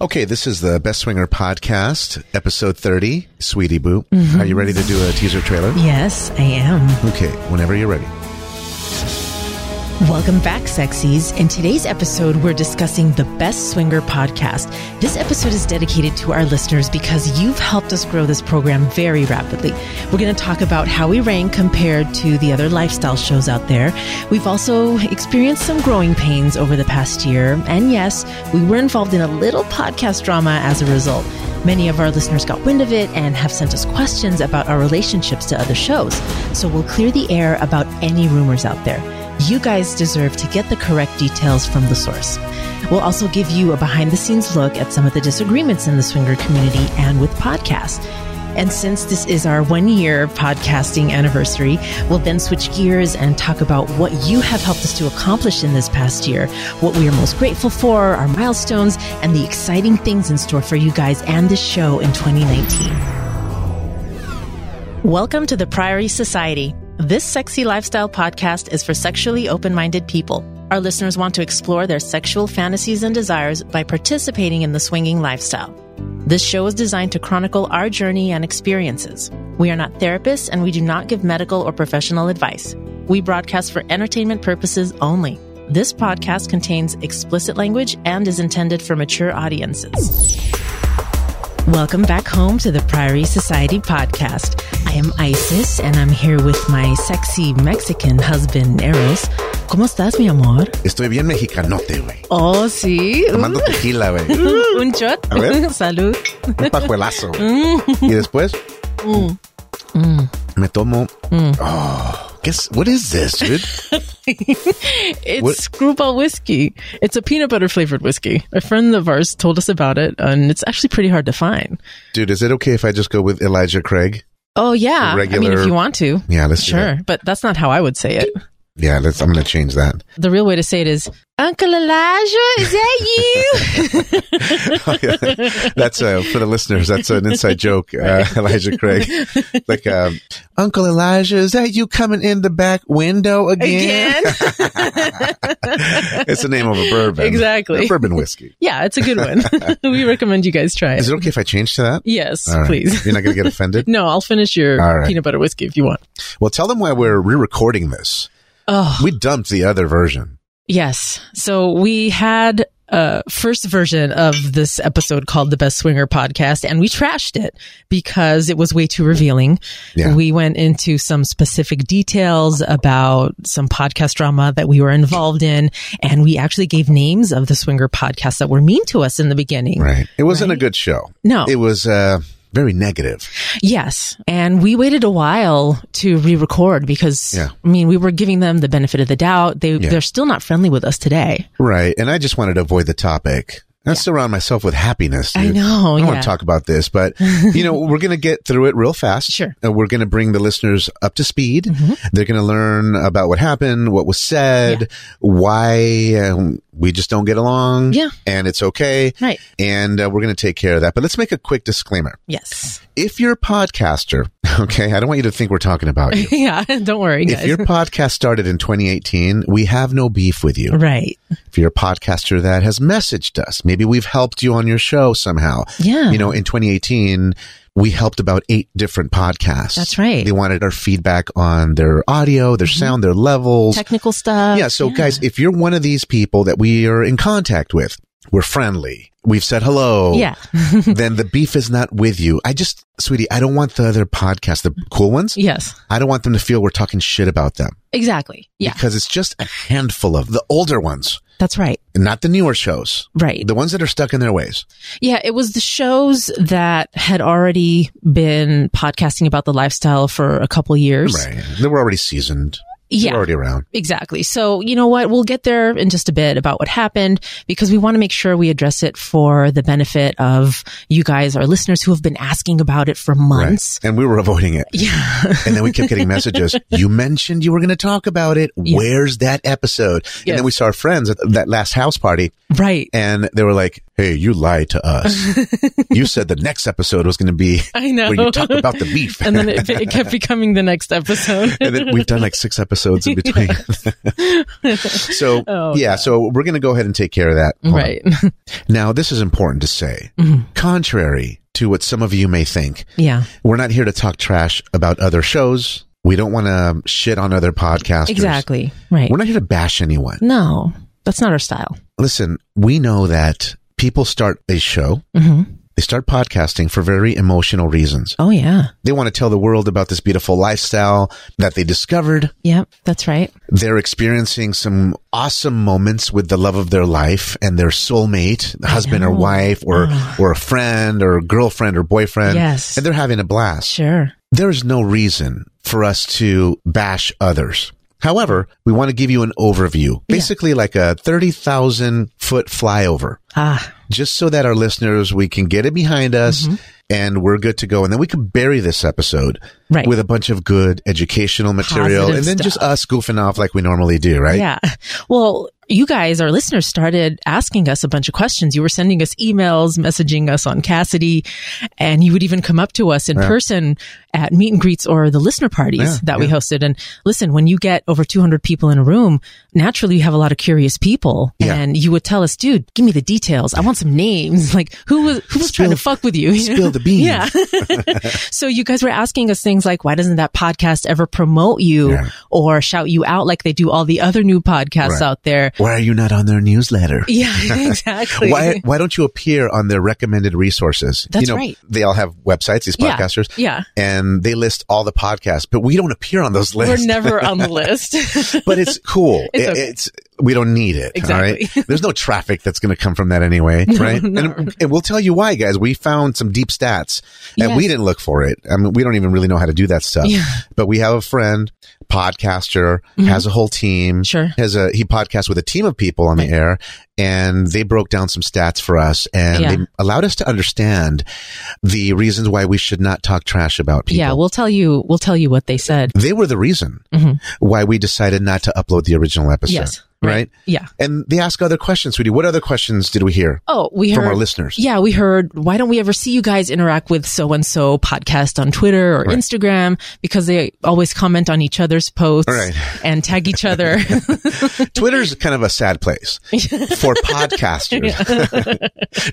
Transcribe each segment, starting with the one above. Okay, this is the Best Swinger podcast, episode 30. Sweetie Boo, are you ready to do a teaser trailer? Yes, I am. Okay, whenever you're ready. Welcome back, sexies. In today's episode, we're discussing the Best Swinger podcast. This episode is dedicated to our listeners because you've helped us grow this program very rapidly. We're going to talk about how we rank compared to the other lifestyle shows out there. We've also experienced some growing pains over the past year. And yes, we were involved in a little podcast drama as a result. Many of our listeners got wind of it and have sent us questions about our relationships to other shows. So we'll clear the air about any rumors out there. You guys deserve to get the correct details from the source. We'll also give you a behind the scenes look at some of the disagreements in the swinger community and with podcasts. And since this is our one year podcasting anniversary, we'll then switch gears and talk about what you have helped us to accomplish in this past year, what we are most grateful for, our milestones, and the exciting things in store for you guys and this show in 2019. Welcome to the Priory Society. This sexy lifestyle podcast is for sexually open minded people. Our listeners want to explore their sexual fantasies and desires by participating in the swinging lifestyle. This show is designed to chronicle our journey and experiences. We are not therapists and we do not give medical or professional advice. We broadcast for entertainment purposes only. This podcast contains explicit language and is intended for mature audiences. Welcome back home to the Priory Society podcast. I am Isis and I'm here with my sexy Mexican husband, Eros. ¿Cómo estás, mi amor? Estoy bien mexicanote, güey. Oh, sí. Tomando tequila, güey. Un shot. A ver. Salud. Un pajuelazo. güey. Y después me tomo. Oh, guess what is this, dude? It's What- screwball whiskey. It's a peanut butter flavored whiskey. A friend of ours told us about it and it's actually pretty hard to find. Dude, is it okay if I just go with Elijah Craig? Oh, yeah. I mean, Regular- if you want to. Yeah, let's do Sure. that. But that's not how I would say it. Yeah, let's. I'm gonna change that. The real way to say it is, Uncle Elijah, is that you? that's uh, for the listeners. That's an inside joke. Uh, Elijah Craig, like um, Uncle Elijah, is that you coming in the back window again? Again? it's the name of a bourbon. Exactly. A bourbon whiskey. yeah, it's a good one. we recommend you guys try it. Is it okay if I change to that? yes, All right. please. You're not gonna get offended. No, I'll finish your All right. peanut butter whiskey if you want. Well, tell them why we're re-recording this. Oh, We dumped the other version. yes. So we had a first version of this episode called the Best Swinger Podcast, and we trashed it because it was way too revealing. Yeah. We went into some specific details about some podcast drama that we were involved in, and we actually gave names of the Swinger podcast that were mean to us in the beginning. Right. It wasn't a good show. No. It was uh, very negative. Yes. And we waited a while to re-record because Yeah. I mean, we were giving them the benefit of the doubt. They Yeah. they're still not friendly with us today. Right. And I just wanted to avoid the topic and surround myself with happiness. I dude. know, I yeah. want to talk about this, but you know, we're going to get through it real fast. Sure. Mm-hmm. Uh, we're going to bring the listeners up to speed. They're going to learn about what happened, what was said, why um, we just don't get along. Yeah. And it's okay. Right. And uh, we're going to take care of that. But let's make a quick disclaimer. Yes. If you're a podcaster, okay, I don't want you to think we're talking about you. yeah. Don't worry, if guys. your podcast started in 2018, we have no beef with you right. if you're a podcaster that has messaged us, maybe we've helped you on your show somehow. Yeah. You know, in 2018, we helped about eight different podcasts. That's right. They wanted our feedback on their audio, their sound, their levels. Technical stuff. yeah. So guys, if you're one of these people that we are in contact with, we're friendly. We've said hello. Yeah. then the beef is not with you. I just, sweetie, I don't want the other podcasts, the cool ones. Yes. I don't want them to feel we're talking shit about them Exactly. Yeah. because it's just a handful of the older ones, That's right. not the newer shows Right. the ones that are stuck in their ways. Yeah, it was the shows that had already been podcasting about the lifestyle for a couple years. They were already seasoned. Yeah. They're already around. Exactly. So, you know what? We'll get there in just a bit about what happened because we want to make sure we address it for the benefit of you guys, our listeners who have been asking about it for months. Right. And we were avoiding it. Yeah. And then we kept getting messages. You mentioned you were going to talk about it. Yeah. Where's that episode? And Yes. then we saw our friends at that last house party right. and they were like, hey, you lied to us. you said the next episode was going to be I know. where you talk about the beef. and then it, it kept becoming the next episode. and then we've done like six episodes in between. so Oh, yeah, so we're going to go ahead and take care of that. Hold on. right. Mm-hmm. Now, this is important to say. Contrary to what some of you may think, Yeah. we're not here to talk trash about other shows. We don't want to shit on other podcasters. Exactly. Right. We're not here to bash anyone. no, that's not our style. Listen, we know that people start a show. Mm-hmm. They start podcasting for very emotional reasons. Oh yeah. They want to tell the world about this beautiful lifestyle that they discovered. Yep. That's right. They're experiencing some awesome moments with the love of their life and their soulmate, husband or know. Ah. wife or, or a friend or girlfriend or boyfriend. Yes. And they're having a blast. Sure. There's no reason for us to bash others. However, we want to give you an overview, basically like a 30,000 foot flyover Ah. just so that our listeners we can get it behind us Mm-hmm. and we're good to go and then we can bury this episode Right. with a bunch of good educational material Positive and then just us goofing off like we normally do right Yeah. Well, you guys, our listeners started asking us a bunch of questions. You were sending us emails, messaging us on Cassidy, and you would even come up to us in person at meet and greets or the listener parties Yeah, that we hosted. And listen, when you get over 200 people in a room, naturally you have a lot of curious people Yeah. and you would tell us, dude, give me the details. I want some names. Like who was, who was trying to Spill- fuck with you? spill the beans. Yeah. So you guys were asking us things like, why doesn't that podcast ever promote you Yeah. or shout you out like they do all the other new podcasts Right. out there? why are you not on their newsletter Yeah, exactly. why why don't you appear on their recommended resources That's you know right. they all have websites these Yeah, podcasters yeah. and they list all the podcasts but we don't appear on those lists We're never on the list. but it's cool. It's It- okay. it's- we don't need it. Exactly. All right. There's no traffic that's going to come from that anyway, right? And, and we'll tell you why, guys. We found some deep stats, and we Yes. didn't look for it. I mean, we don't even really know how to do that stuff. Yeah. Mm-hmm. But we have a friend, podcaster, has a whole team. Sure. Has a he podcasts with a team of people on the air, and they broke down some stats for us, and Yeah. they allowed us to understand the reasons why we should not talk trash about people yeah, we'll tell you, we'll tell you what they said. they were the reason why we decided not to upload the original episode. Mm-hmm. Yes, Right. right. Yeah. And they ask other questions, sweetie. What other questions did we hear Oh, we from heard. our listeners? Yeah, we heard. Why don't we ever see you guys interact with so and so podcast on Twitter or Instagram? Because they always comment on each other's posts Right. and tag each other. Twitter's kind of a sad place for podcasters.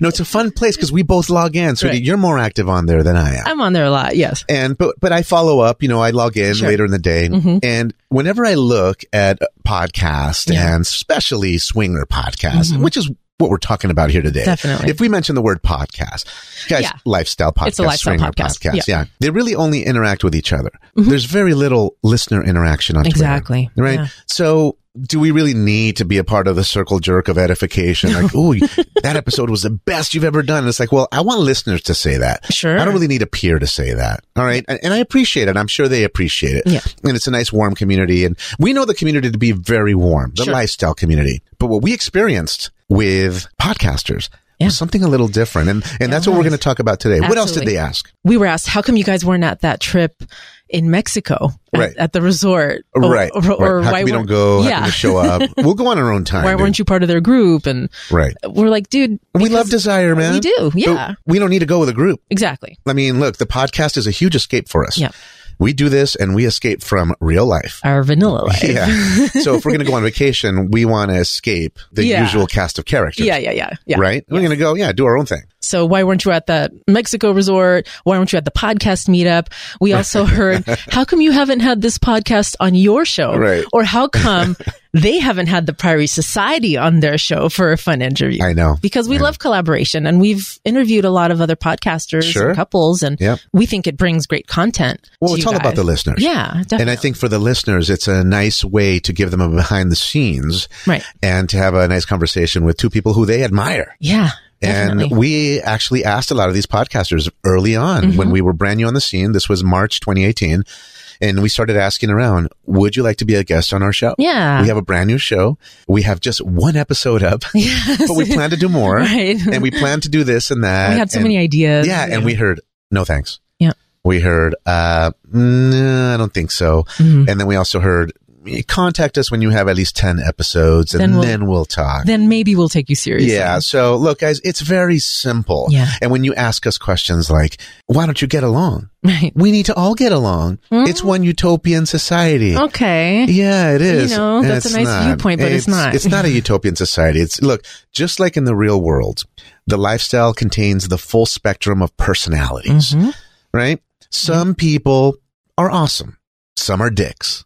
no, it's a fun place because we both log in. Sweetie, Right. you're more active on there than I am. I'm on there a lot. Yes. and but but I follow up. You know, I log in later in the day, Mm-hmm. and whenever I look at podcast and especially swinger podcast, which is what we're talking about here today, Mm-hmm. Definitely. If we mention the word podcast, guys, Yeah. lifestyle podcast, It's a lifestyle swinger podcast. podcast, yeah. they really only interact with each other. There's very little listener interaction on Twitter, Exactly. right? Yeah. So. Do we really need to be a part of the circle jerk of edification? Like, oh, that episode was the best you've ever done. And it's like, well, I want listeners to say that. Sure. I don't really need a peer to say that. All right. And, and I appreciate it. I'm sure they appreciate it. Yeah. And it's a nice warm community. And we know the community to be very warm, the Sure. lifestyle community. But what we experienced with podcasters Yeah. was something a little different. And, and that's what we're going to talk about today. What else did Absolutely. they ask? we were asked, how come you guys weren't at that trip in Mexico at, Right. at the resort? Or- right. Or, or right. How why come we weren't- don't go? How Yeah. come we show up? We'll go on our own time. why dude. weren't you part of their group? And right. we're like, dude, we love desire, man. we do. But Yeah. we don't need to go with a group. exactly. I mean, look, the podcast is a huge escape for us. Yeah. We do this and we escape from real life. Our vanilla life. Yeah. so if we're going to go on vacation, we want to escape the Yeah. usual cast of characters. Yeah. Yeah. Yeah. yeah. Right? We're going to go, yeah, do our own thing. So why weren't you at that Mexico resort? Why weren't you at the podcast meetup? We also heard, how come you haven't had this podcast on your show? Right. Or how come they haven't had the Priory Society on their show for a fun interview? I know. because we love collaboration and we've interviewed a lot of other podcasters Sure. and couples and Yep. we think it brings great content. Well, to it's you all about guys. the listeners. Yeah, definitely. And I think for the listeners, it's a nice way to give them a behind the scenes Right. and to have a nice conversation with two people who they admire. yeah. Definitely. Mm-hmm. And we actually asked a lot of these podcasters early on when we were brand new on the scene. This was March 2018. And we started asking around, would you like to be a guest on our show? Yeah. We have a brand new show. We have just one episode up, but we plan to do more. Right. And we plan to do this and that. we had so and- many ideas. Yeah. And we heard, no thanks. Yeah. Mm-hmm. We heard, uh, "Mm, I don't think so. And then we also heard, contact us when you have at least 10 episodes and Then then we'll- we'll, talk. Then maybe we'll take you seriously. yeah. So look, guys, it's very simple. Yeah. And when you ask us questions like, why don't you get along? Right. We need to all get along. Mm. It's one utopian society. Okay. Yeah, it is. know, And that's a it's nice viewpoint, but it's not. It's not a utopian society. It's look, just like in the real world, the lifestyle contains the full spectrum of personalities, Mhm. right? Some people are awesome. Some are dicks.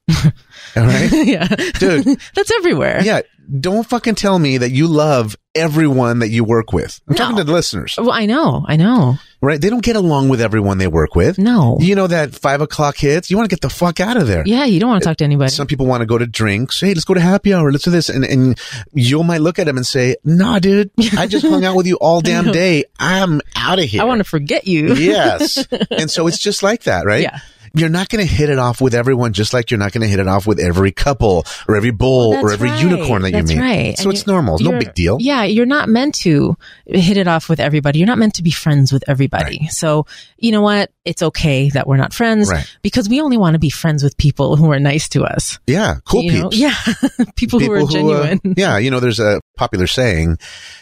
All right? yeah. Dude. That's everywhere. Yeah, don't fucking tell me that you love everyone that you work with. I'm talking No. to the listeners, Well, I know. I know. right? They don't get along with everyone they work with. No. You know that five o'clock hits. You want to get the fuck out of there. Yeah, you don't want to talk to anybody. Some people want to go to drinks. Hey, let's go to happy hour. Let's do this. And, and you might look at him and say, nah, dude, I just hung out with you all damn day. I'm out of here. I want to forget you. yes. And so it's just like that, right? Yeah. You're not going to hit it off with everyone, just like you're not going to hit it off with every couple or every bull Well, or that's every right. unicorn that That's you meet. right. So And it's you- normal. It's no you're- big deal. Yeah, you're not meant to hit it off with everybody. You're not meant to be friends with everybody. So, you know what? It's okay that we're not friends Right. because we only want to be friends with people who are nice to us. Yeah. Cool you know? peeps. Yeah. people, who are uh, genuine. yeah. You know, there's a popular saying,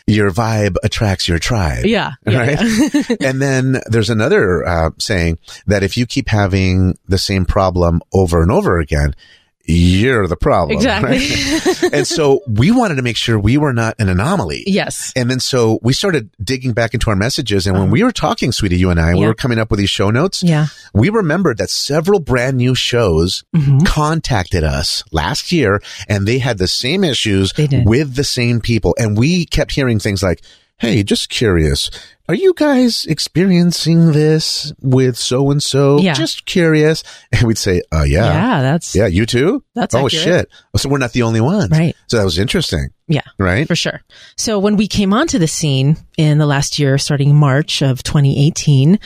your vibe attracts your tribe. yeah. yeah, Right? yeah. and then there's another uh, saying that if you keep having the same problem over and over again, you're the problem. right? exactly. and so we wanted to make sure we were not an anomaly. yes. And then so we started digging back into our messages. And when we were talking, sweetie, you and I, we Uh-huh. Yeah. were coming up with these show notes. Yeah. We remembered that several brand new shows Mhm. contacted us last year and they had the same issues They did. with the same people. And we kept hearing things like, Hey, just curious. Are you guys experiencing this with so and so? Yeah. Just curious. And we'd say, Oh, Yeah. yeah. that's Yeah. You too? That's oh, accurate. shit. So we're not the only ones. right. So that was interesting. Yeah. Right. For sure. So when we came onto the scene in the last year, starting March of 2018,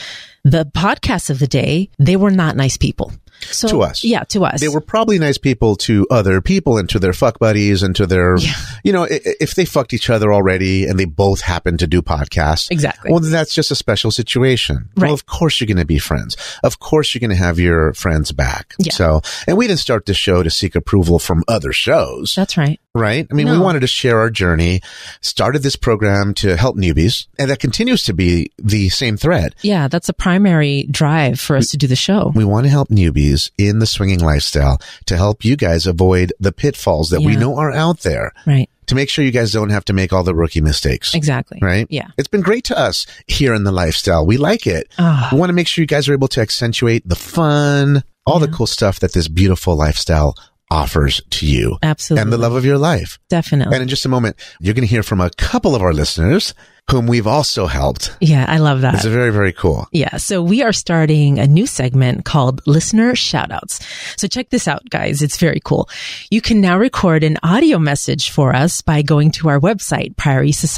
the podcasts of the day, they were not nice people. So, To us. Yeah, to us. They were probably nice people to other people and to their fuck buddies and to their, Yeah. you know, i- i- if they fucked each other already and they both happened to do podcasts, Exactly. Well, that's just a special situation. Right. Well, of course you're going to be friends. Of course you're going to have your friends back. Yeah. So, and we didn't start this show to seek approval from other shows, That's right. right? I mean, we No. wanted to share our journey, started this program to help newbies, and that continues to be the same thread. Yeah, that's a primary drive for us to do the show. We want to help newbies in the swinging lifestyle to help you guys avoid the pitfalls that we Yeah. know are out there Right. to make sure you guys don't have to make all the rookie mistakes. Exactly. Right? Yeah. It's been great to us here in the lifestyle. We like it. Ah. We want to make sure you guys are able to accentuate the fun, all the cool stuff that this beautiful lifestyle offers to you Absolutely. Oh. and the love of your life. Definitely. And in just a moment, you're going to hear from a couple of our listeners whom we've also helped. yeah, I love that. It's very, very cool. Yeah, so we are starting a new segment called Listener Shoutouts. So check this out, guys. It's very cool. You can now record an audio message for us by going to our website,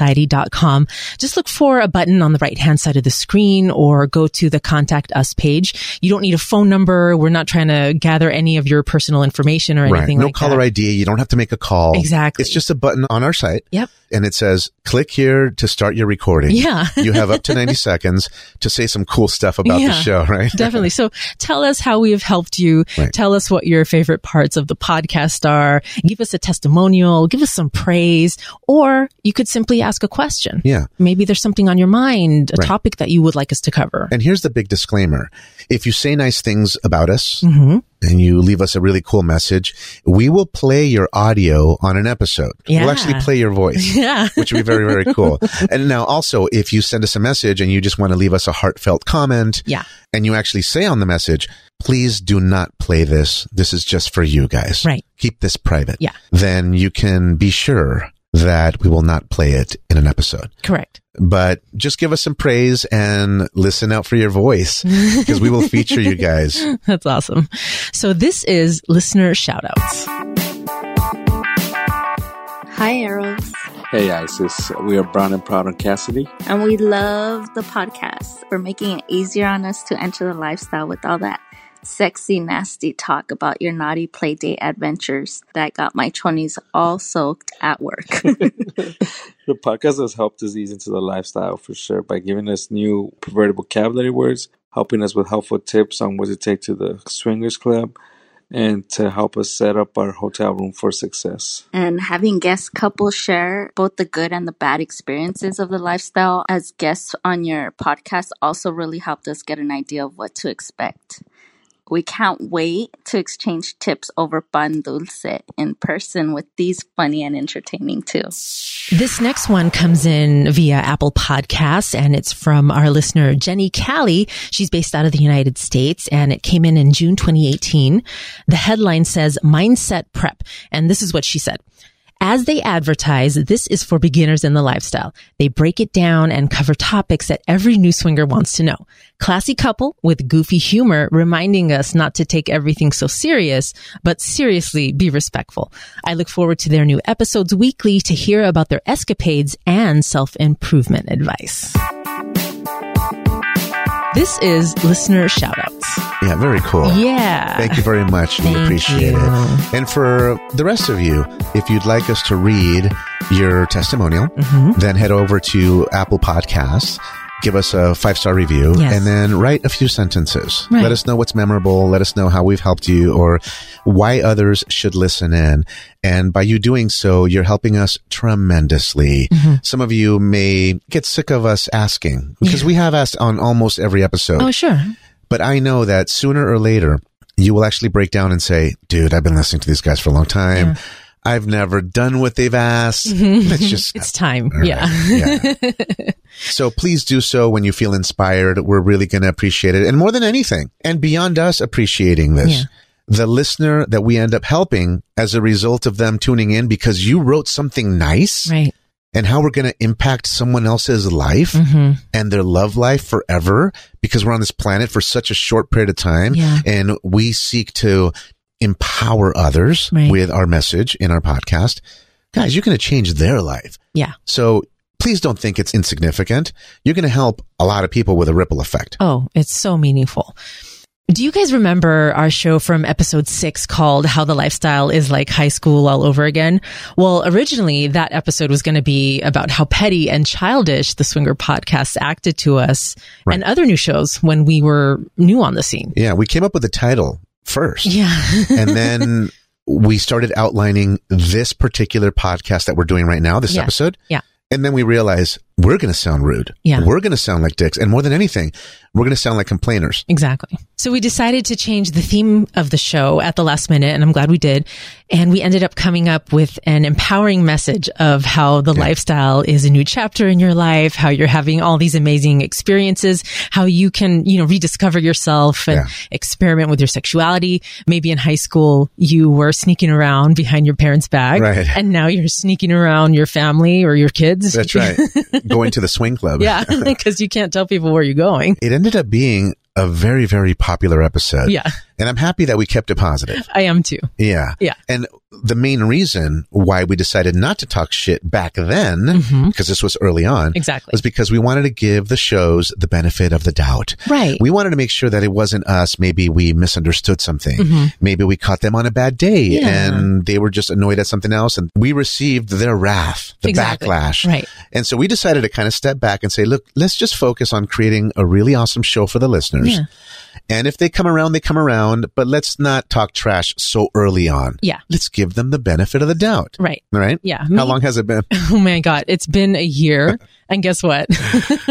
priorysociety.com. Just look for a button on the right hand side of the screen or go to the contact us page. You don't need a phone number. We're not trying to gather any of your personal information or Right. anything No like caller that. ID. You don't have to make a call. Exactly. It's just a button on our site. Yep. And it says, click here to start your recording. Yeah. you have up to 90 seconds to say some cool stuff about the Yeah. show, right? Definitely. So tell us how we have helped you. Right. Tell us what your favorite parts of the podcast are. Give us a testimonial. Give us some praise. Or you could simply ask a question. Yeah. Maybe there's something on your mind, a Right. topic that you would like us to cover. And here's the big disclaimer. If you say nice things about us, hmm and you leave us a really cool message, we will play your audio on an episode. Yeah. We'll actually play your voice. Yeah. Which would be very, very cool. And now also, if you send us a message and you just want to leave us a heartfelt comment Yeah. and you actually say on the message, please do not play this. This is just for you guys. Right. Keep this private. Yeah. Then you can be sure that we will not play it in an episode. Correct. But just give us some praise and listen out for your voice because we will feature you guys. That's awesome. So this is listener shoutouts. Hi, Arrows. Hey Isis, we are Brown and Proud and Cassidy. And we love the podcast. We're making it easier on us to enter the lifestyle with all that sexy, nasty talk about your naughty playdate adventures that got my 20s all soaked at work. The podcast has helped us ease into the lifestyle for sure by giving us new perverted vocabulary words, helping us with helpful tips on what to take to the swingers club, and to help us set up our hotel room for success. and having guest couples share both the good and the bad experiences of the lifestyle as guests on your podcast also really helped us get an idea of what to expect. We can't wait to exchange tips over pan dulce in person with these funny and entertaining too. This next one comes in via Apple Podcasts and it's from our listener, Jenny Callie. She's based out of the United States and it came in in June 2018. The headline says mindset prep. And this is what she said. As they advertise, this is for beginners in the lifestyle. They break it down and cover topics that every new swinger wants to know. Classy couple with goofy humor reminding us not to take everything so serious, but seriously be respectful. I look forward to their new episodes weekly to hear about their escapades and self-improvement advice. This is listener shoutouts. Yeah, very cool. Yeah. Oh, Thank you very much. We Thank appreciate you. it. And for the rest of you, if you'd like us to read your testimonial, Mm-hmm. then head over to Apple Podcasts, give us a five star review, Yes. and then write a few sentences. Right. Let us know what's memorable. Let us know how we've helped you or why others should listen in. And by you doing so, you're helping us tremendously. Mm-hmm. Some of you may get sick of us asking because we have asked on almost every episode. Oh, sure. But I know that sooner or later, you will actually break down and say, dude, I've been listening to these guys for a long time. I've never done what they've asked. It's just, Mm-hmm. It's time. All right. Yeah. Yeah. so please do so when you feel inspired. We're really going to appreciate it. And more than anything, and beyond us appreciating this, Yeah. the listener that we end up helping as a result of them tuning in because you wrote something nice Right. and how we're going to impact someone else's life hmm and their love life forever because we're on this planet for such a short period of time Yeah. and we seek to empower others Right. with our message in our podcast. Guys, you're going to change their life. Yeah. So please don't think it's insignificant. You're going to help a lot of people with a ripple effect. Oh, it's so meaningful. Do you guys remember our show from episode six called How the Lifestyle is Like High School All Over Again? Well, originally that episode was going to be about how petty and childish the Swinger podcast acted to us and other new shows when we were new on the scene. Yeah. We came up with the title first. Yeah. and then we started outlining this particular podcast that we're doing right now, this Yeah. episode. Yeah. And then we realized we're going to sound rude. Yeah. We're going to sound like dicks. And more than anything, we're going to sound like complainers. Exactly. So we decided to change the theme of the show at the last minute, and I'm glad we did. And we ended up coming up with an empowering message of how the lifestyle is a new chapter in your life, how you're having all these amazing experiences, how you can, you know, rediscover yourself and Yeah. experiment with your sexuality. Maybe in high school, you were sneaking around behind your parents' back, Right. and now you're sneaking around your family or your kids. That's right. going to the swing club. yeah, because you can't tell people where you're going. It ended up being a very, very popular episode. Yeah, And I'm happy that we kept it positive. I am too. Yeah. Yeah. And the main reason why we decided not to talk shit back then, because this was early on, Mm-hmm. Exactly. was because we wanted to give the shows the benefit of the doubt. Right. We wanted to make sure that it wasn't us. Maybe we misunderstood something. Maybe we caught them on a bad day Mm-hmm. Yeah. and they were just annoyed at something else. And we received their wrath, the Exactly. backlash. Right. And so we decided to kind of step back and say, look, let's just focus on creating a really awesome show for the listeners. Yeah. And if they come around, they come around, but let's not talk trash so early on. Yeah. Mm-hmm. Let's give them the benefit of the doubt. Right. Right? Yeah. How long has it been? Oh my God. It's been a year. And guess what?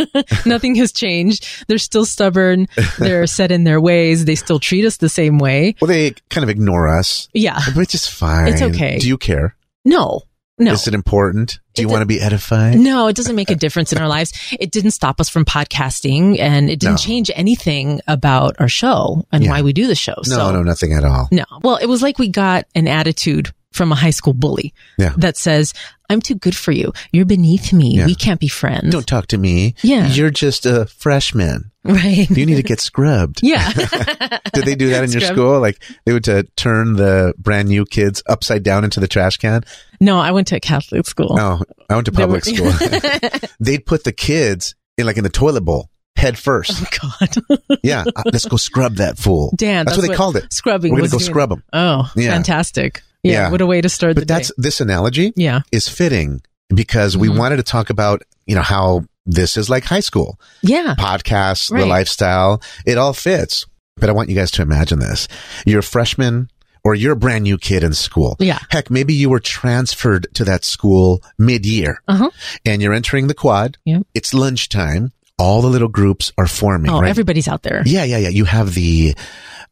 Nothing has changed. They're still stubborn. They're set in their ways. They still treat us the same way. Well, they kind of ignore us, Yeah. which is fine. It's okay. Do you care? No. No. Is it important? Do you It want to be edified? no, it doesn't make a difference in our lives. It didn't stop us from podcasting and it didn't No. change anything about our show and Yeah. why we do the show. No, so, no, nothing at all. No. Well, it was like we got an attitude from a high school bully Yeah. that says, I'm too good for you. You're beneath me. Yeah. We can't be friends. Don't talk to me. Yeah. You're just a freshman. right. You need to get scrubbed. yeah. Did they do that in your Scrub. school? Like they would uh, turn the brand new kids upside down into the trash can? No, I went to a Catholic school. No, I went to Oh. They Oh, public were- school. They'd put the kids in like in the toilet bowl head first. Oh God, Yeah. Uh, let's go scrub that fool. Dan. That's, what they called it. Scrubbing. We're going was to go doing- scrub them. Oh, Yeah. fantastic! Yeah, Yeah. what a way to start the But that's day. this analogy Yeah, is fitting because we Mhm. wanted to talk about, you know, how this is like high school. yeah, podcasts, Right. the lifestyle, it all fits. But I want you guys to imagine this. You're a freshman, or you're a brand new kid in school. Yeah. Heck, maybe you were transferred to that school mid year Uh-huh. and you're entering the quad. Yeah. It's lunchtime. All the little groups are forming, Oh, right? everybody's out there. yeah, yeah, yeah. You have the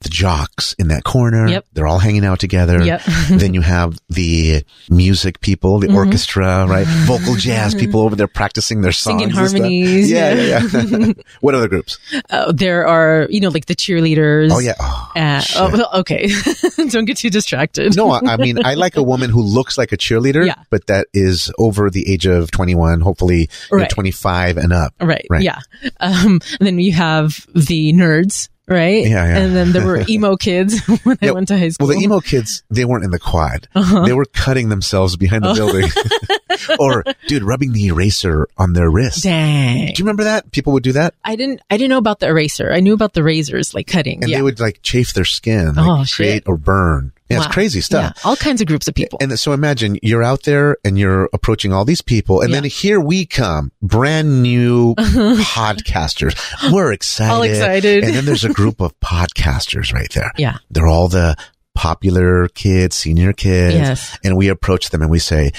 the jocks in that corner. Yep. They're all hanging out together. Yep. Mm-hmm. then you have the music people, the orchestra, right? Vocal jazz people over there practicing their songs. Singing and stuff. harmonies, Yeah, yeah. yeah, yeah. what other groups? Uh, there are, you know, like the cheerleaders. Oh, yeah. Oh, Uh, shit. oh, well, okay. Don't get too distracted. no, I, I mean, I like a woman who looks like a cheerleader, Yeah. but that is over the age of 21, hopefully you know, Right. 25 and up. Right. Right. Yeah. Um, and then you have the nerds, right? Yeah, yeah. And then there were emo kids when I Yeah. went to high school. Well, the emo kids, they weren't in the quad. Uh-huh. They were cutting themselves behind the Oh. building. or, dude, rubbing the eraser on their wrist. Dang. Do you remember that? People would do that I didn't. I didn't know about the eraser. I knew about the razors, like cutting. and yeah. they would like chafe their skin, like, Oh, shit. create or burn. Yeah, Wow. it's crazy stuff. Yeah. All kinds of groups of people. And so imagine you're out there and you're approaching all these people and then Yeah. here we come, brand new podcasters. We're excited. All excited. And then there's a group of podcasters right there. yeah. They're all the popular kids, senior kids. Yes. And we approach them and we say,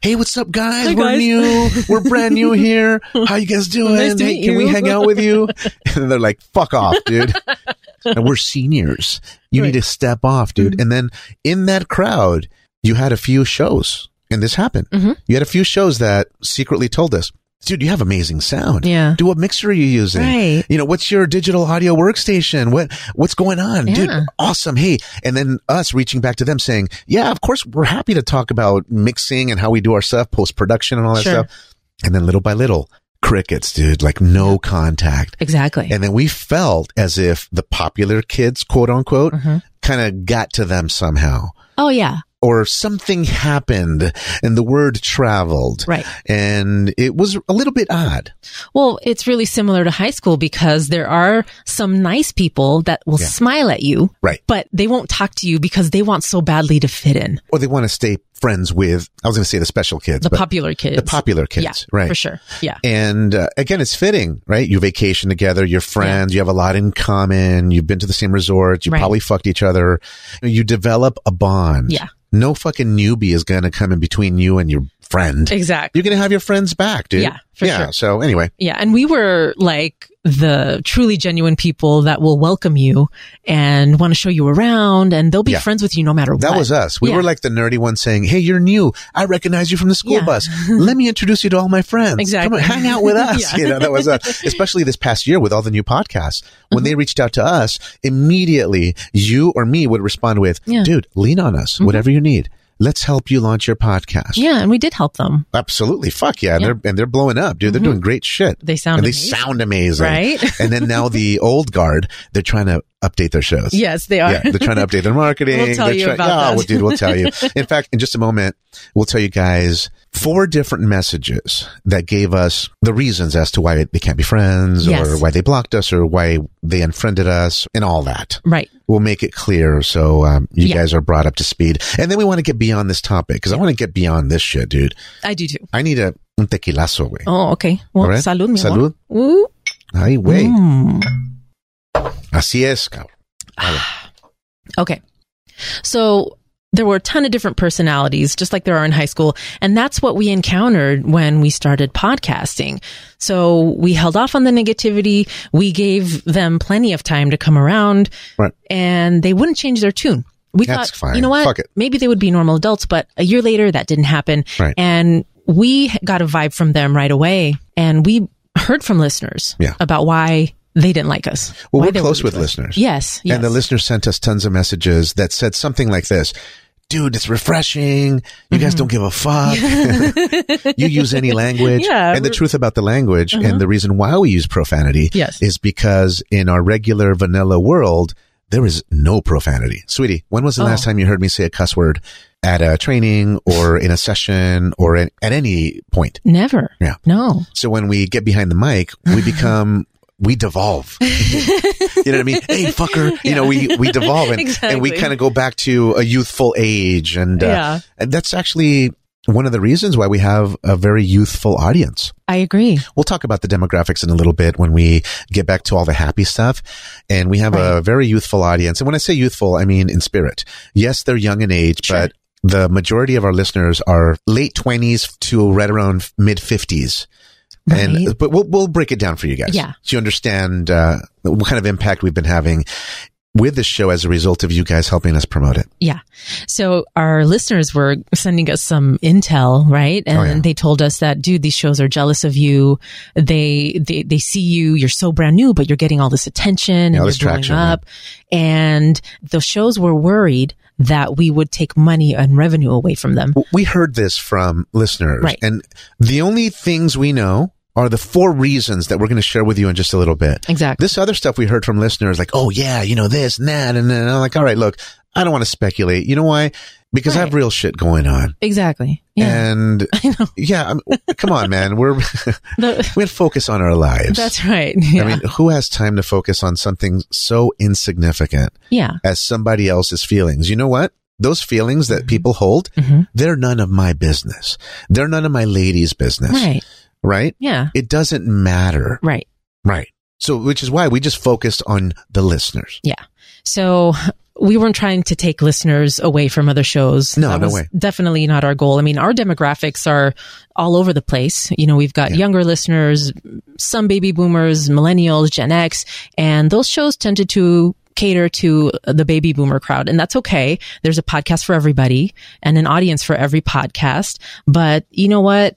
Hey, what's up guys? Hi, we're guys." new. We're brand new here. How you guys doing? Nice to hey, meet can we you." hang out with you? And then they're like, fuck off, dude. and we're seniors. You Right. Mm-hmm. need to step off, dude. And then in that crowd, you had a few shows and this happened. Mhm. You had a few shows that secretly told us, dude, you have amazing sound. Yeah. Dude, what mixer are you using? Right. You know, what's your digital audio workstation? What what's going on? Dude, Yeah. awesome. Hey. And then us reaching back to them saying, Yeah, of course we're happy to talk about mixing and how we do our stuff, post production and all that Sure. stuff. And then little by little, crickets, dude, like no contact. Exactly. And then we felt as if the popular kids, quote unquote, Mhm. kind of got to them somehow. oh yeah. Or something happened and the word traveled. Right. And it was a little bit odd. Well, it's really similar to high school because there are some nice people that will Yeah. smile at you, Right. but they won't talk to you because they want so badly to fit in. or they want to stay friends with i was going to say the special kids The but popular kids. the popular kids Yeah, right For sure. Yeah. and uh, again it's fitting right you vacation together you're friends you have a lot in common you've been to the same resort you Right. probably fucked each other you develop a bond Yeah. no fucking newbie is going to come in between you and your friend Exactly. you're going to have your friends back dude Yeah, for yeah sure. so anyway Yeah. And we were like the truly genuine people that will welcome you and want to show you around and they'll be Yeah. friends with you no matter that what. was us. We Yeah. were like the nerdy one saying, Hey, you're new. I recognize you from the school Yeah. bus. Let me introduce you to all my friends. Exactly. Come on, hang out with us. Yeah. You know, that was us. Especially this past year with all the new podcasts. When Mm-hmm. they reached out to us, immediately you or me would respond with, Yeah. Mm-hmm. Dude, lean on us, whatever you need. Let's help you launch your podcast. Yeah. And we did help them. Absolutely. Fuck yeah. And, Yeah. Mm-hmm. They're, and they're blowing up, dude. They're doing great shit. They sound and they amazing. sound amazing. Right? and then now the old guard, they're trying to update their shows. Yes, they are. Yeah, they're trying to update their marketing. We'll tell They're you try- about Yeah, that. well, dude, we'll tell you. In fact, in just a moment, we'll tell you guys four different messages that gave us the reasons as to why they can't be friends Yes. or why they blocked us or why they unfriended us and all that. right. We'll make it clear so um, you Yeah. guys are brought up to speed. And then we want to get beyond this topic because I want to get beyond this shit, dude. I do too. I need a un tequilazo, way. Oh, okay. Well, All right. salud, mi amor. Salud. Ooh. Ay, güey. Mm. Así es, cabrón. Okay. So there were a ton of different personalities, just like there are in high school. And that's what we encountered when we started podcasting. So we held off on the negativity. We gave them plenty of time to come around Right. and they wouldn't change their tune. We That's thought, fine. you know what? Fuck it. Maybe they would be normal adults, but a year later that didn't happen. Right. And we got a vibe from them right away. And we heard from listeners Yeah. about why they didn't like us. Well, why we're they close wouldn't with like us. listeners. Yes, yes. And the listener sent us tons of messages that said something like this. Dude, it's refreshing. You Mm-hmm. guys don't give a fuck. you use any language. Yeah, and the we're- Uh-huh. truth about the language and the reason why we use profanity Yes. is because in our regular vanilla world, there is no profanity. Sweetie, when was the Oh. last time you heard me say a cuss word at a training or in a session or in, at any point? Never. Yeah. No. So when we get behind the mic, we become we devolve. you know what I mean? Hey, fucker! You know we we devolve and, and we Exactly. kind of go back to a youthful age, and uh, Yeah. and that's actually one of the reasons why we have a very youthful audience. I agree. We'll talk about the demographics in a little bit when we get back to all the happy stuff. And we have a very youthful audience. And when I say youthful, I mean in spirit. Yes, they're young in age, Sure. but the majority of our listeners are late 20s to right around mid 50s. Right. And but we'll we'll break it down for you guys. Yeah. so you understand uh, what kind of impact we've been having with this show as a result of you guys helping us promote it. Yeah. So our listeners were sending us some intel, right? And Oh, yeah. they told us that, dude, these shows are jealous of you. They, they, they see you. You're so brand new, but you're getting all this attention all and this you're blowing traction, up. And the shows were worried that we would take money and revenue away from them. We heard this from listeners, Right. and the only things we know are the four reasons that we're going to share with you in just a little bit. Exactly. This other stuff we heard from listeners, like, oh yeah, you know this and that, and then I'm like, all right, look, I don't want to speculate. You know why? Because I have Right. real shit going on, exactly. Yeah. and I know. yeah, I'm, come on, man, we're The- we had focus on our lives. that's right. Yeah. I mean, who has time to focus on something so insignificant yeah. as somebody else's feelings? You know what? Those feelings Mm-hmm. that people hold, Mhm. they're none of my business. They're none of my lady's business, Right. right? Yeah. It doesn't matter. Right. Right. So, which is why we just focused on the listeners. Yeah. So we weren't trying to take listeners away from other shows. No, That no was way. Definitely not our goal. I mean, our demographics are all over the place. You know, we've got younger listeners, some baby boomers, millennials, Gen X, and those shows tended to cater to the baby boomer crowd. And that's okay. There's a podcast for everybody and an audience for every podcast. But you know what?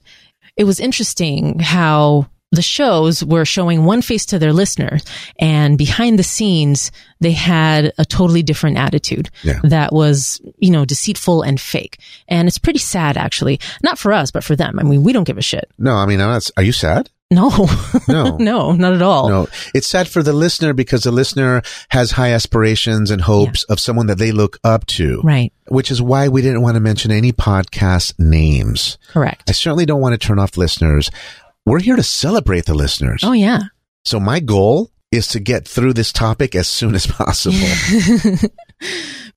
it was interesting how the shows were showing one face to their listener and behind the scenes they had a totally different attitude Yeah. that was you know deceitful and fake and it's pretty sad actually not for us but for them i mean we don't give a shit No, I mean, I'm not, are you sad? no No. no not at all No, it's sad for the listener because the listener has high aspirations and hopes of someone that they look up to, right which is why we didn't want to mention any podcast names. I correct certainly don't want to turn off listeners. We're here to celebrate the listeners. oh yeah So my goal is to get through this topic as soon as possible.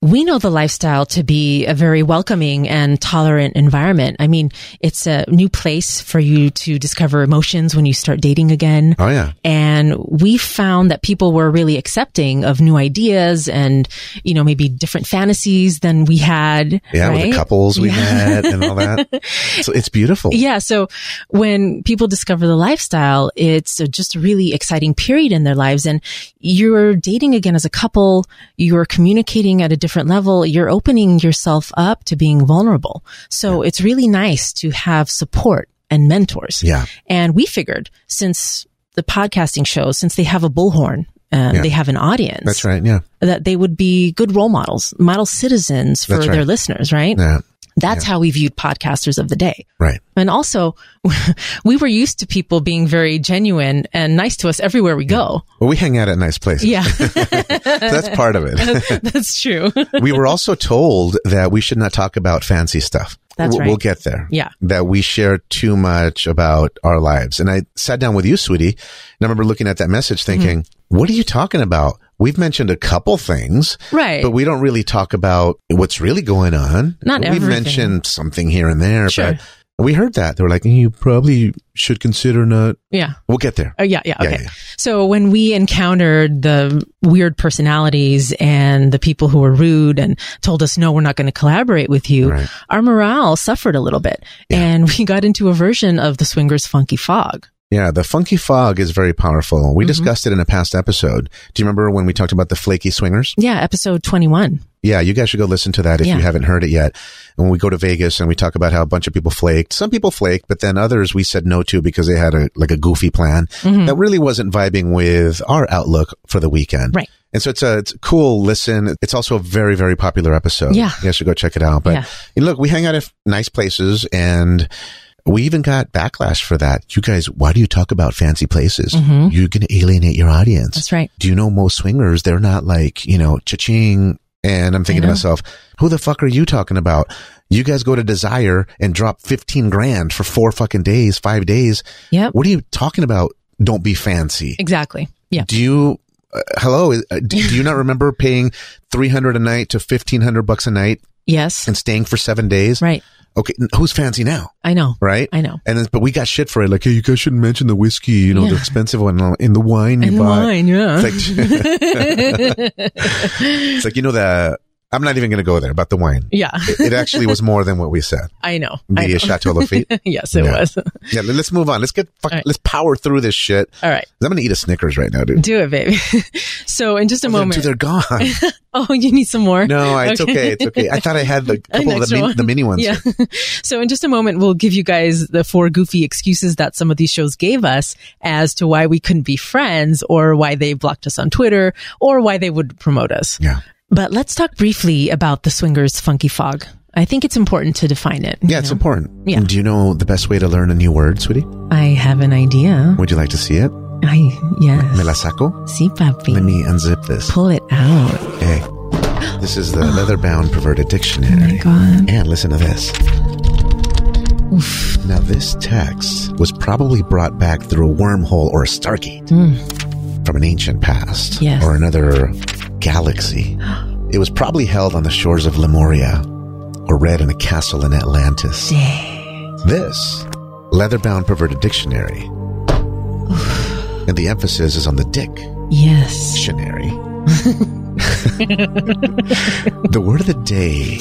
we know the lifestyle to be a very welcoming and tolerant environment. I mean, it's a new place for you to discover emotions when you start dating again. oh yeah. And we found that people were really accepting of new ideas and, you know, maybe different fantasies than we had. Yeah, with right? the couples we Yeah. met and all that. So it's beautiful. Yeah. So when people discover the lifestyle, it's a- just a really exciting period in their lives. And you're dating again as a couple. You're communicating at a different level. You're opening yourself up to being vulnerable. So it's really nice to have support and mentors. Yeah. And we figured since the podcasting show, since they have a bullhorn and Yeah. they have an audience, That's right. Yeah. that they would be good role models, model citizens for That's right. their listeners, right? Yeah. That's how we viewed podcasters of the day. Right. And also, we were used to people being very genuine and nice to us everywhere we go. Well, we hang out at nice places. Yeah, That's part of it. that's true. we were also told that we should not talk about fancy stuff. That's We'll- We'll right. get there. Yeah. That we share too much about our lives. And I sat down with you, sweetie, and I remember looking at that message thinking, Mm-hmm. what are you talking about? We've mentioned a couple things. Right. But we don't really talk about what's really going on. Not we everything. mentioned something here and there, Sure. but we heard that. They were like, you probably should consider not. yeah. We'll get there. Oh, yeah, yeah, Yeah, okay. yeah, yeah. So when we encountered the weird personalities and the people who were rude and told us, no, we're not going to collaborate with you, Right. our morale suffered a little bit. And we got into a version of the Swingers Funky Fog. Yeah, the funky fog is very powerful. Mm-hmm. We discussed it in a past episode. Do you remember when we talked about the flaky swingers? Yeah, episode 21. Yeah, you guys should go listen to that if Yeah. you haven't heard it yet. And when we go to Vegas and we talk about how a bunch of people flaked, some people flaked, but then others we said no to because they had a like a goofy plan Hmm. Mm-hmm. that really wasn't vibing with our outlook for the weekend. Right. And so it's a, it's a cool listen. It's also a very, very popular episode. Yeah. You guys should go check it out. But Yeah. and look, we hang out at nice places and we even got backlash for that. You guys, why do you talk about fancy places? You're going to alienate your audience Mm-hmm. That's right. do you know most swingers? They're not like, you know, cha-ching. And I'm thinking to know. myself, who the fuck are you talking about? You guys go to Desire and drop 15 grand for four fucking days, five days. Yep. What are you talking about? Don't be fancy. Exactly. Yeah. Do you, uh, hello, uh, do, do you not remember paying 300 a night to 1500 bucks a night Yes. and staying for seven days? Right. okay, n- who's fancy now? I know. Right? I know. And then, but we got shit for it. Like, hey, you guys shouldn't mention the whiskey, you know, the Yeah. expensive one uh, in the wine you And the bought. wine, yeah. It's like, you know, the, I'm not even going to go there about the wine. yeah, It actually was more than what we said. I know. The I know. uh, Chateau Lafitte. yes, it Yeah. was. Yeah, let- let's move on. Let's get, fuck, All right. let's power through this shit. All right, 'Cause I'm going to eat a Snickers right now, dude. do it, baby. so in just a Dude, moment. they're gone. oh, you need some more? No, it's Okay. okay. It's okay. I thought I had the An couple of the, extra min- one. the mini ones. Yeah. So in just a moment, we'll give you guys the four goofy excuses that some of these shows gave us as to why we couldn't be friends or why they blocked us on Twitter or why they would promote us. Yeah. But let's talk briefly about the swingers funky fog. I think it's important to define it. Yeah, it's important. Yeah. Do you know the best way to learn a new word, sweetie? I have an idea. Would you like to see it? I, Me la yes. saco? See, Let papi. me unzip this. Pull it out. Okay. This is the leather-bound perverted Oh my dictionary. God. And listen to this. Oof. Now, this text was probably brought back through a wormhole or a stargate Mm. from an ancient past Yes. or another galaxy. It was probably held on the shores of Lemuria or read in a castle in Atlantis. This leather-bound perverted dictionary. And the emphasis is on the dictionary. Yes. the word of the day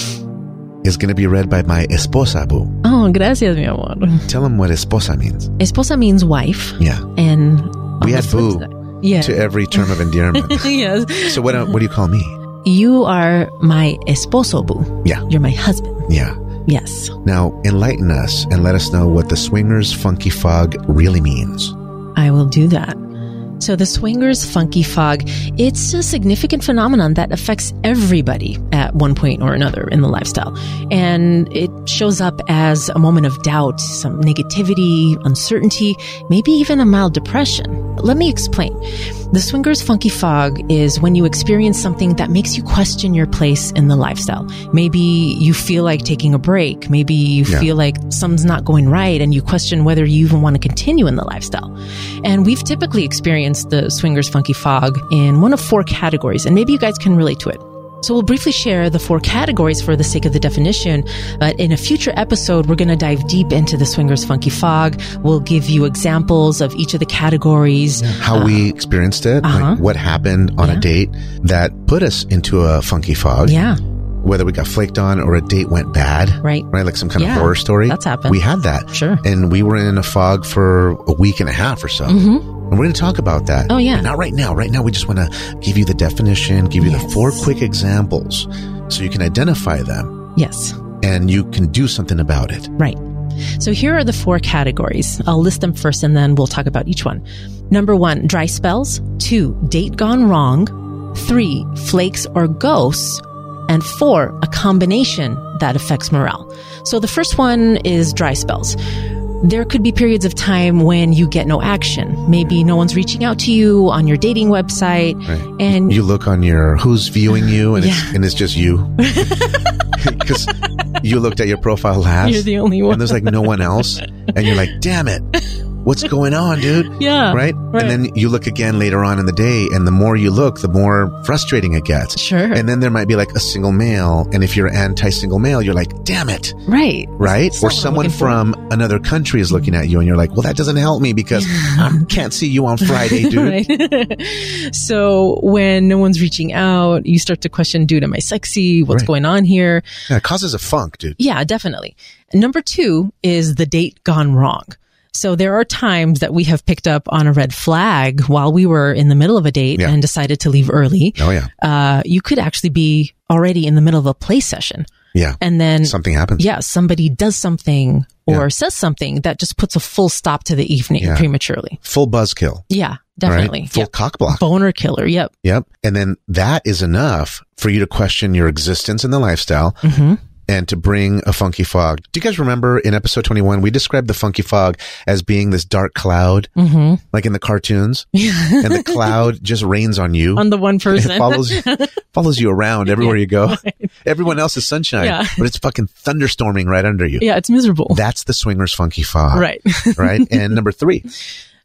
is going to be read by my esposa, boo. Oh, gracias, mi amor. Tell him what esposa means. Esposa means wife. Yeah. and We on add the flip boo side- Yeah. to every term of endearment. yes. so what, do- what do you call me? You are my esposo boo. Yeah. You're my husband. Yeah. Yes. Now, enlighten us and let us know what the swingers funky fog really means. I will do that. So the swingers funky fog, it's a significant phenomenon that affects everybody at one point or another in the lifestyle. And it shows up as a moment of doubt, some negativity, uncertainty, maybe even a mild depression. Let me explain. The swingers funky fog is when you experience something that makes you question your place in the lifestyle. Maybe you feel like taking a break. Maybe you Yeah. feel like something's not going right and you question whether you even want to continue in the lifestyle. And we've typically experienced the swingers funky fog in one of four categories, and maybe you guys can relate to it. So we'll briefly share the four categories for the sake of the definition, but in a future episode, we're going to dive deep into the swingers funky fog. We'll give you examples of each of the categories. How we experienced it, uh-huh. like what happened on Yeah. a date that put us into a funky fog, Yeah, whether we got flaked on or a date went bad, right. right? Like some kind Yeah, of horror story. that's happened. We had that. Sure. And we were in a fog for a week and a half or so. Mm-hmm. And we're going to talk about that. Oh, yeah. But not right now. Right now, we just want to give you the definition, give you the Yes. four quick examples so you can identify them Yes, and you can do something about it. right. So here are the four categories. I'll list them first and then we'll talk about each one. Number one, dry spells. Two, date gone wrong. Three, flakes or ghosts. And four, a combination that affects morale. So the first one is dry spells. There could be periods of time when you get no action. Maybe no one's reaching out to you on your dating website. Right. And you look on your who's viewing you and, Yeah. it's, and it's just you. Because you looked at your profile last you're the only one. and there's like no one else. And you're like, damn it. What's going on, dude? yeah. right? right. And then you look again later on in the day, and the more you look, the more frustrating it gets. Sure. And then there might be like a single male, and if you're anti-single male, you're like, damn it, right. right? Or That's not what I'm someone looking for. from another country is looking at you, and you're like, well, that doesn't help me because I can't see you on Friday, dude. Right. so when no one's reaching out, you start to question, dude, am I sexy? What's Right. going on here? Yeah, it causes a funk, dude. Yeah, definitely. Number two is the date gone wrong. So there are times that we have picked up on a red flag while we were in the middle of a date Yeah. and decided to leave early. Oh yeah, Uh, you could actually be already in the middle of a play session yeah. and then Something happens. yeah, somebody does something or Yeah. says something that just puts a full stop to the evening Yeah. prematurely. Full buzzkill. Yeah, all right? definitely. Full Yeah. cock block. Boner killer. Yep. Yep. And then that is enough for you to question your existence in the lifestyle and to bring a funky fog. Do you guys remember in episode 21, we described the funky fog as being this dark cloud, Mm-hmm. like in the cartoons, and the cloud just rains on you. on the one person. It follows you, follows you around everywhere you go. Everyone else is sunshine, Yeah. but it's fucking thunderstorming right under you. yeah, it's miserable. That's the swingers funky fog. right. Right. And number three.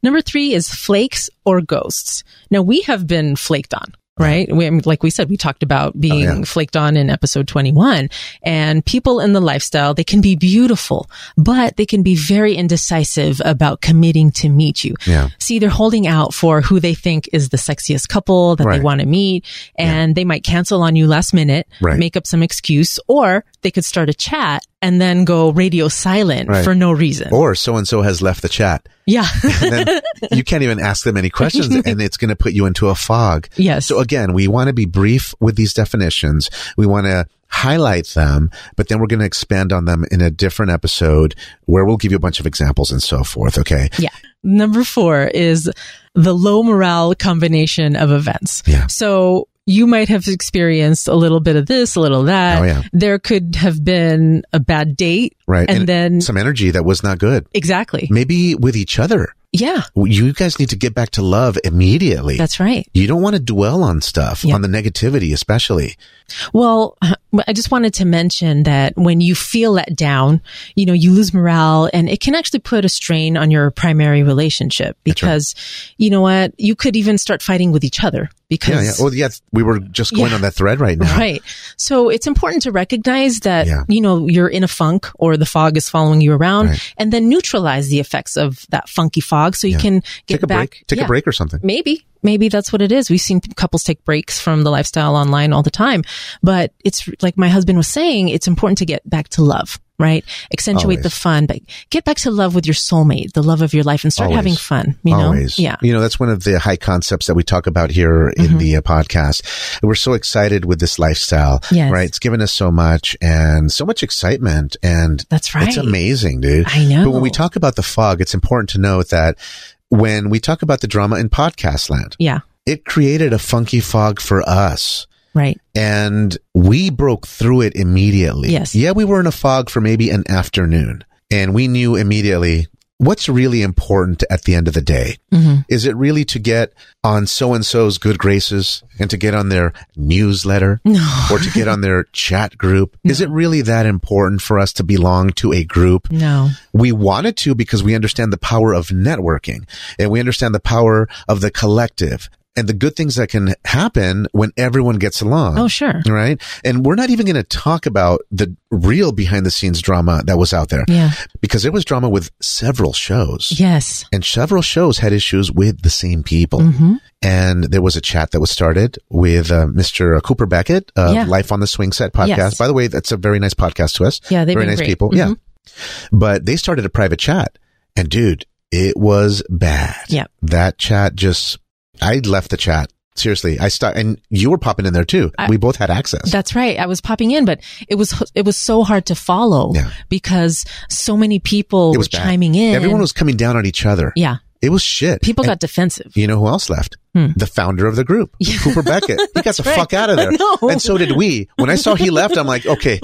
Number three is flakes or ghosts. Now we have been flaked on. right? We, I mean, like we said, we talked about being Oh, yeah. flaked on in episode 21 and people in the lifestyle, they can be beautiful, but they can be very indecisive about committing to meet you. Yeah. See, they're holding out for who they think is the sexiest couple that Right. they want to meet and they might cancel on you last minute, Right. make up some excuse, or they could start a chat and then go radio silent Right. for no reason. Or so and so has left the chat. yeah. And then you can't even ask them any questions and it's going to put you into a fog. yes. So uh, again, we want to be brief with these definitions. We want to highlight them, but then we're going to expand on them in a different episode where we'll give you a bunch of examples and so forth. Okay. Yeah. Number four is the low morale combination of events. Yeah. So you might have experienced a little bit of this, a little of that. Oh, yeah. There could have been a bad date. Right. And then- some energy that was not good. Exactly. Maybe with each other. Yeah. You guys need to get back to love immediately. That's right. you don't want to dwell on stuff, Yeah. on the negativity, especially. Well, I just wanted to mention that when you feel let down, you know, you lose morale and it can actually put a strain on your primary relationship That's right. because you know what? You could even start fighting with each other Yeah. because yeah. Oh, yeah. We were just going Yeah. on that thread right now. Right. So it's important to recognize that, Yeah. you know, you're in a funk or the fog is following you around Right. and then neutralize the effects of that funky fog so you Yeah. can get Take a back. break. Take Yeah. a break or something. Maybe, maybe that's what it is. We've seen couples take breaks from the lifestyle online all the time, but it's like my husband was saying, it's important to get back to love, right? Accentuate Always. the fun, but get back to love with your soulmate, the love of your life and start Always. having fun, you Always. know? Yeah. Mm-hmm. You know, that's one of the high concepts that we talk about here in the uh, podcast. We're so excited with this lifestyle, Yes. right? It's given us so much and so much excitement and That's right. it's amazing, dude. I know. But when we talk about the fog, it's important to note that when we talk about the drama in podcast land, Yeah. it created a funky fog for us. Right. And we broke through it immediately. Yes. Yeah, we were in a fog for maybe an afternoon. And we knew immediately what's really important at the end of the day. hmm Is it really to get on so and so's good graces and to get on their newsletter No. or to get on their chat group? Is it really that important for us to belong to a group? No. We wanted to because we understand the power of networking and we understand the power of the collective and the good things that can happen when everyone gets along. Oh, sure. Right. And we're not even going to talk about the real behind the scenes drama that was out there Yeah. because it was drama with several shows Yes. and several shows had issues with the same people. hmm And there was a chat that was started with uh, Mr. Cooper Beckett of Yeah. Life on the Swing Set podcast. Yes. By the way, that's a very nice podcast to us. Yeah, they've very been nice great. Mm-hmm. people. Yeah, but they started a private chat, and dude, it was bad. Yeah. that chat just I left the chat. Seriously, I stopped, and you were popping in there too. I- we both had access. That's right. I was popping in, but it was it was so hard to follow Yeah. because so many people it were was bad. chiming in. Everyone was coming down on each other. yeah. It was shit. People And got defensive. You know who else left? Hmm. The founder of the group, Cooper Beckett. He got the right. fuck out of there. I know. And so did we. When I saw he left, I'm like, okay,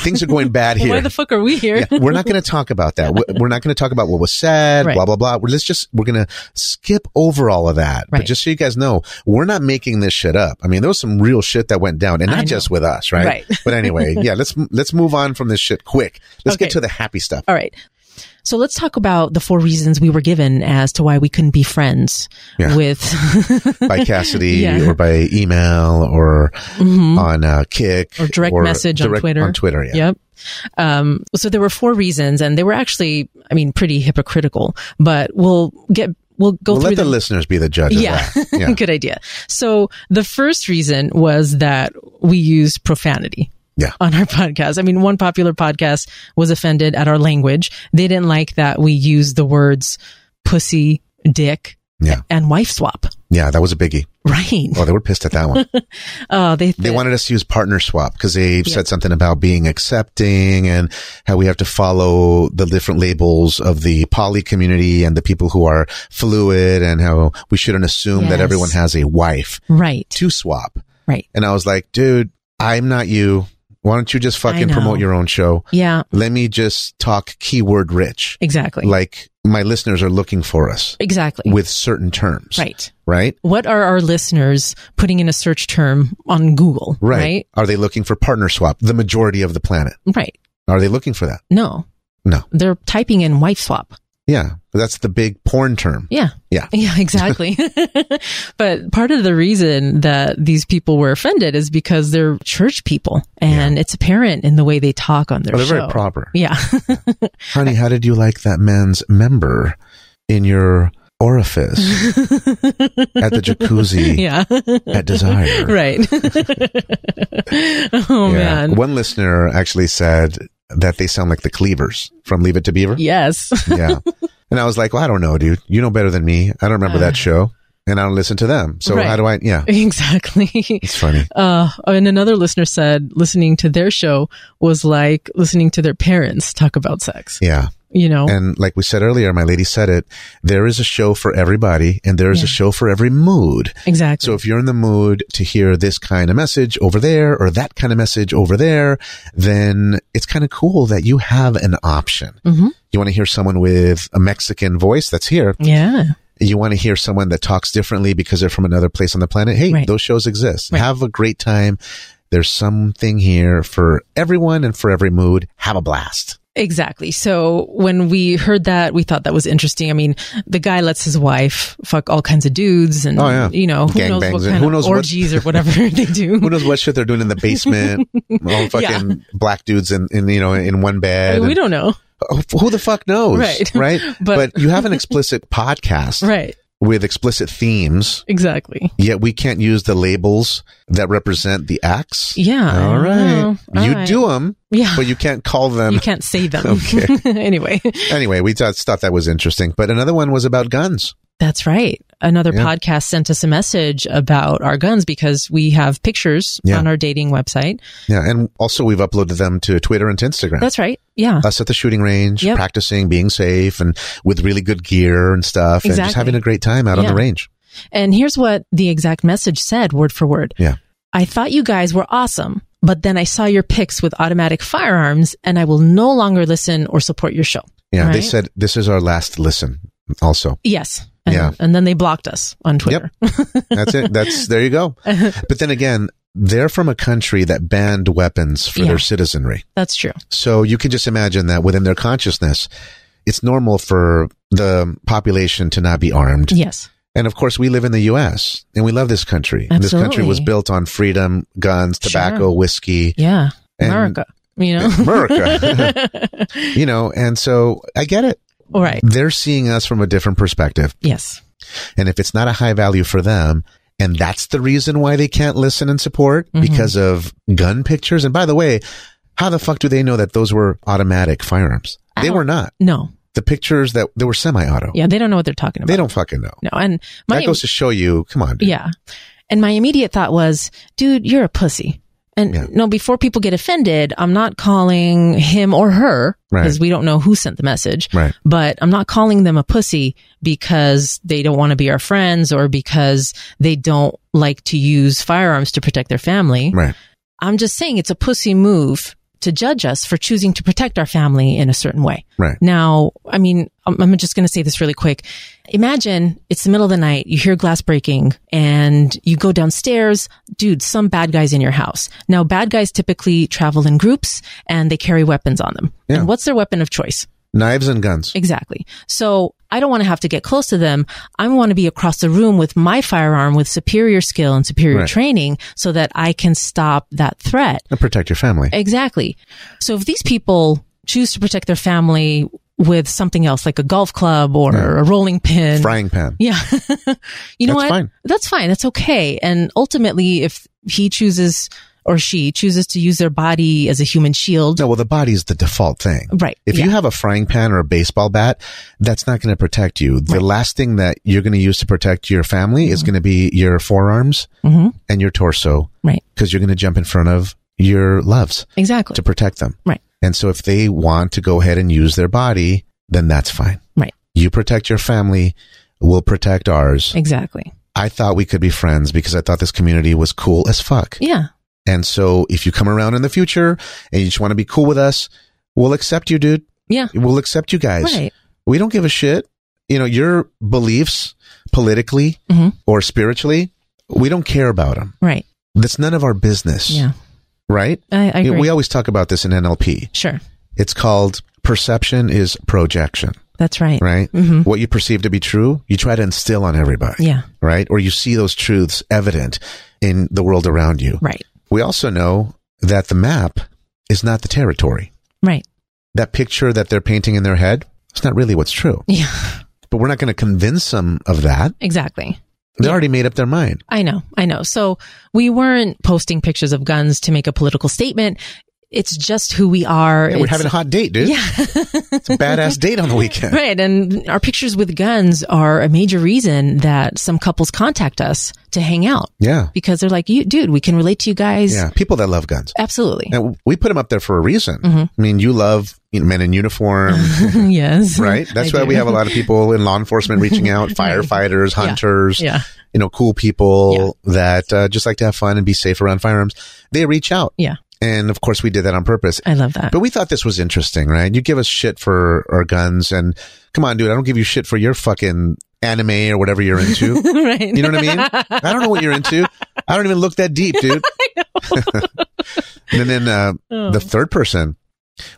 things are going bad here. Why the fuck are we here? Yeah, we're not going to talk about that. We- We're not going to talk about what was said, Right. blah, blah, blah. We're- Let's just, we're going to skip over all of that. But Right. just so you guys know, we're not making this shit up. I mean, there was some real shit that went down and I not know. just with us, right? Right. But anyway, yeah, let's, let's move on from this shit quick. Let's get Okay. to the happy stuff. All right. So let's talk about the four reasons we were given as to why we couldn't be friends Yeah. with. By Cassidy Yeah. Mm-hmm. or by email or on uh, Kick Or direct message on direct- Twitter. On Twitter, yeah. Yep. Um, so there were four reasons, and they were actually, I mean, pretty hypocritical. But we'll get we'll go Well, through let the them. listeners be the judge Yeah. of that. Yeah. Good idea. So the first reason was that we used profanity. Yeah. On our podcast. I mean, one popular podcast was offended at our language. They didn't like that we used the words pussy, dick, Yeah. and wife swap. yeah, that was a biggie. Right. Oh, they were pissed at that one. Oh, they, They wanted us to use partner swap because they said something about being accepting and how we have to follow the different labels of the poly community and the people who are fluid and how we shouldn't assume that Yes. everyone has a wife Right. to swap. Right. And I was like, dude, I'm not you. Why don't you just fucking know. promote your own show? Yeah. Let me just talk keyword rich. Exactly. Like my listeners are looking for us exactly. with certain terms. right. Right. What are our listeners putting in a search term on Google? Right. Right. Are they looking for partner swap? The majority of the planet. Right. Are they looking for that? No. No. They're typing in wife swap. Yeah. That's the big porn term. Yeah. Yeah. Yeah, exactly. but part of the reason that these people were offended is because they're church people and it's apparent in the way they talk on their Well, Oh, they're show. very proper. Yeah. Honey, how did you like that man's member in your orifice at the jacuzzi yeah. at Desire? right. oh Yeah. man. One listener actually said that they sound like the Cleavers from Leave It to Beaver. Yes. Yeah. And I was like, well, I don't know, dude. You know better than me. I don't remember that show and I don't listen to them. So Right. how do I? Yeah. exactly. It's funny. Uh, and another listener said listening to their show was like listening to their parents talk about sex. Yeah. You know, And like we said earlier, my lady said it, there is a show for everybody and there is a show for every mood. exactly. So if you're in the mood to hear this kind of message over there or that kind of message over there, then it's kind of cool that you have an option. Mhm. You want to hear someone with a Mexican voice that's here. yeah, You want to hear someone that talks differently because they're from another place on the planet. Hey, Right. those shows exist. Right. Have a great time. There's something here for everyone and for every mood. Have a blast. exactly. So when we heard that, we thought that was interesting. I mean, the guy lets his wife fuck all kinds of dudes and, Oh, yeah. you know, who Gang knows what bangs. kind Who of knows what- orgies or whatever they do. Who knows what shit they're doing in the basement? all fucking black dudes in, in, you know, in one bed. I mean, and- we don't know. who the fuck knows Right. right But- but, you have an explicit podcast Right. with explicit themes Exactly. yet we can't use the labels that represent the acts Yeah, I all don't know. right All you right. do them Yeah. but you can't call them You can't say them. Okay. anyway, anyway we thought, thought that was interesting but another one was about guns That's right. Another Yeah. podcast sent us a message about our guns because we have pictures Yeah. on our dating website. yeah and also we've uploaded them to twitter and to instagram That's right. Yeah. us at the shooting range, Yep. practicing, being safe, and with really good gear and stuff, and just Exactly. having a great time out on Yeah. the range. And here's what the exact message said, word for word. Yeah. I thought you guys were awesome, but then I saw your pics with automatic firearms and I will no longer listen or support your show. Yeah, they Right. said this is our last listen. Also, Yes. And, Yeah. and then they blocked us on Twitter. That's it. That's there you go. But then again, they're from a country that banned weapons for Yeah. their citizenry. That's true. So you can just imagine that within their consciousness, it's normal for the population to not be armed. Yes. And of course, we live in the U.S. and we love this country. And This country Absolutely. was built on freedom, guns, tobacco, Sure. whiskey, Yeah. And- America. You know? America. you know, and so I get it. All right. They're seeing us from a different perspective. Yes. And if it's not a high value for them, and that's the reason why they can't listen and support Mm-hmm. because of gun pictures. And by the way, how the fuck do they know that those were automatic firearms? They Ow. were not. No. The pictures that they were semi-auto. Oh. Yeah. They don't know what they're talking about. They don't fucking know. no. And my, that goes to show you. Come on, dude. Yeah. And my immediate thought was, dude, you're a pussy. And Yeah. no, before people get offended, I'm not calling him or her because Right. we don't know who sent the message. Right. But I'm not calling them a pussy because they don't want to be our friends or because they don't like to use firearms to protect their family. Right. I'm just saying it's a pussy move to judge us for choosing to protect our family in a certain way. Right. Now, I mean, I'm, I'm just going to say this really quick. Imagine it's the middle of the night, you hear glass breaking and you go downstairs. Dude, some bad guys in your house. Now, bad guys typically travel in groups and they carry weapons on them. Yeah. And what's their weapon of choice? Knives and guns. Exactly. So I don't want to have to get close to them. I want to be across the room with my firearm with superior skill and superior Right. training so that I can stop that threat. And protect your family. Exactly. So if these people choose to protect their family with something else, like a golf club or Yeah. a rolling pin, Frying pan. yeah, you That's know what? fine. That's fine. That's okay. And ultimately, if he chooses or she chooses to use their body as a human shield, No, well, the body's the default thing. right? If yeah. you have a frying pan or a baseball bat, that's not going to protect you. The last thing that you're going to use to protect your family Mm-hmm. is going to be your forearms Mhm. and your torso right, because you're going to jump in front of your loves exactly, to protect them. Right. And so if they want to go ahead and use their body, then that's fine. right, You protect your family, we'll protect ours. exactly. I thought we could be friends because I thought this community was cool as fuck. Yeah, And so if you come around in the future and you just want to be cool with us, we'll accept you, dude. yeah, We'll accept you guys. right. We don't give a shit. You know, your beliefs politically Mhm. or spiritually, we don't care about them. Right. That's none of our business. Yeah. Right? I, I You know, agree. We always talk about this in NLP. sure. It's called perception is projection. That's right. right? What you perceive to be true, you try to instill on everybody. Mm-hmm. Yeah. Right? Or you see those truths evident in the world around you. Right. We also know that the map is not the territory. Right. That picture that they're painting in their head, it's not really what's true. Yeah. But we're not going to convince them of that. Exactly. They already made up their mind. I know, I know. So we weren't posting pictures of guns to make a political statement. It's just who we are. Yeah, we're It's- having a hot date, dude. yeah. It's a badass date on the weekend. right. And our pictures with guns are a major reason that some couples contact us to hang out Yeah. because they're like, you, dude, we can relate to you guys. Yeah. People that love guns. Absolutely. And we put them up there for a reason. Mm-hmm. I mean, you love you know, men in uniform, yes. right? That's I why do. we have a lot of people in law enforcement reaching out, firefighters, hunters, Yeah. you know, cool people that uh, just like to have fun and be safe around firearms. They reach out. Yeah. And of course, we did that on purpose. I love that. But we thought this was interesting, right? You give us shit for our guns, and come on, dude, I don't give you shit for your fucking anime or whatever you're into. right. You know what I mean? I don't know what you're into. I don't even look that deep, dude. and then uh, Oh. the third person,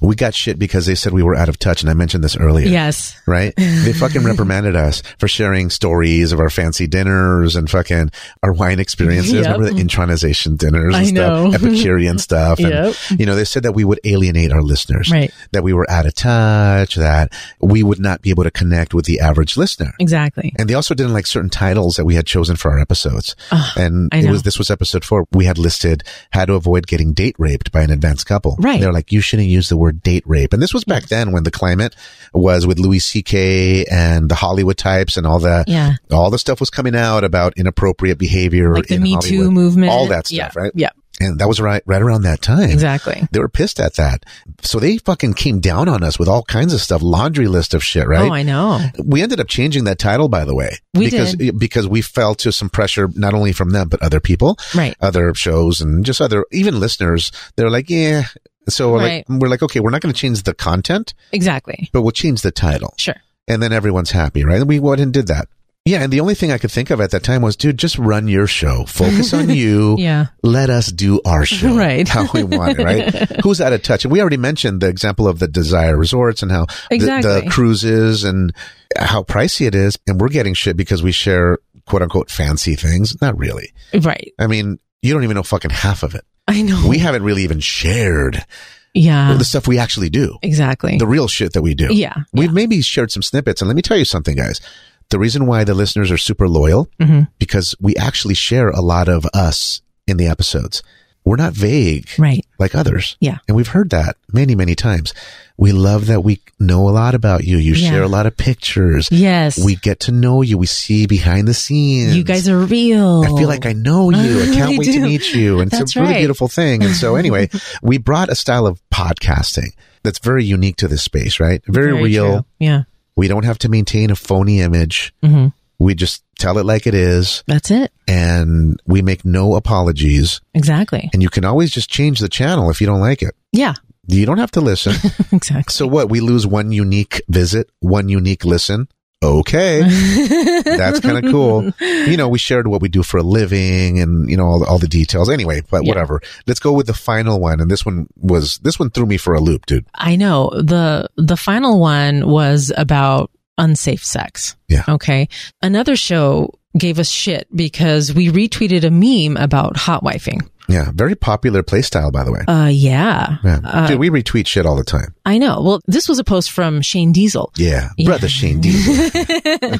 we got shit because they said we were out of touch, and I mentioned this earlier Yes. right? They fucking reprimanded us for sharing stories of our fancy dinners and fucking our wine experiences. Yep. Remember the intronization dinners and I stuff, know. Epicurean stuff. And, Yep. you know, they said that we would alienate our listeners, Right. that we were out of touch, that we would not be able to connect with the average listener. Exactly. And they also didn't like certain titles that we had chosen for our episodes. and Ah, I it know. was this was episode four. We had listed how to avoid getting date raped by an advanced couple. Right. They're like, you shouldn't use the word date rape. And this was back then when the climate was with Louis C.K. and the Hollywood types and all that. Yeah. All the stuff was coming out about inappropriate behavior Like the in Me Too Hollywood, movement. all that stuff, Yeah. right? Yeah. And that was right right around that time. Exactly. They were pissed at that, so they fucking came down on us with all kinds of stuff, laundry list of shit, right? Oh, I know. We ended up changing that title, by the way, We because because we fell to some pressure not only from them but other people, Right. other shows, and just other even listeners. They're like, yeah. So we're Right. like, we're like, okay, we're not going to change the content, Exactly. but we'll change the title, Sure. and then everyone's happy, right? And we went and did that. Yeah, and the only thing I could think of at that time was, dude, just run your show. Focus on you. Yeah. Let us do our show. Right. How we want it, right? Who's out of touch? And we already mentioned the example of the Desire Resorts and how the- the, Exactly. cruises and how pricey it is. And we're getting shit because we share quote unquote fancy things. Not really. Right. I mean, you don't even know fucking half of it. I know. We haven't really even shared yeah. the stuff we actually do, Exactly. the real shit that we do. Uh. yeah. We've maybe shared some snippets. And let me tell you something, guys. The reason why the listeners are super loyal, Mm-hmm. because we actually share a lot of us in the episodes. We're not vague Right. like others. Yeah. And we've heard that many, many times. We love that we know a lot about you. You Yeah. share a lot of pictures. Yes. We get to know you. We see behind the scenes. you guys are real. I feel like I know you. I can't You wait to do. meet you. And it's That's a really right. beautiful thing. And so anyway, we brought a style of podcasting that's very unique to this space, right? Very, real. true. Yeah. We don't have to maintain a phony image. hmm We just tell it like it is That's it. and we make no apologies. Exactly. And you can always just change the channel if you don't like it. Yeah. You don't have to listen. Exactly. so what? We lose one unique visit, one unique listen. Okay. That's kind of cool. You know, we shared what we do for a living and, you know, all, all the details. Anyway, but Yeah. whatever. Let's go with the final one. And this one was, this one threw me for a loop, dude. I know. The the final one was about unsafe sex. Yeah. Okay. Another show gave us shit because we retweeted a meme about hot wifing. Yeah. Very popular play style, by the way. Uh yeah. yeah. uh, dude, we retweet shit all the time. I know. Well, this was a post from Shane Diesel. Yeah. Yeah. Brother Shane Diesel.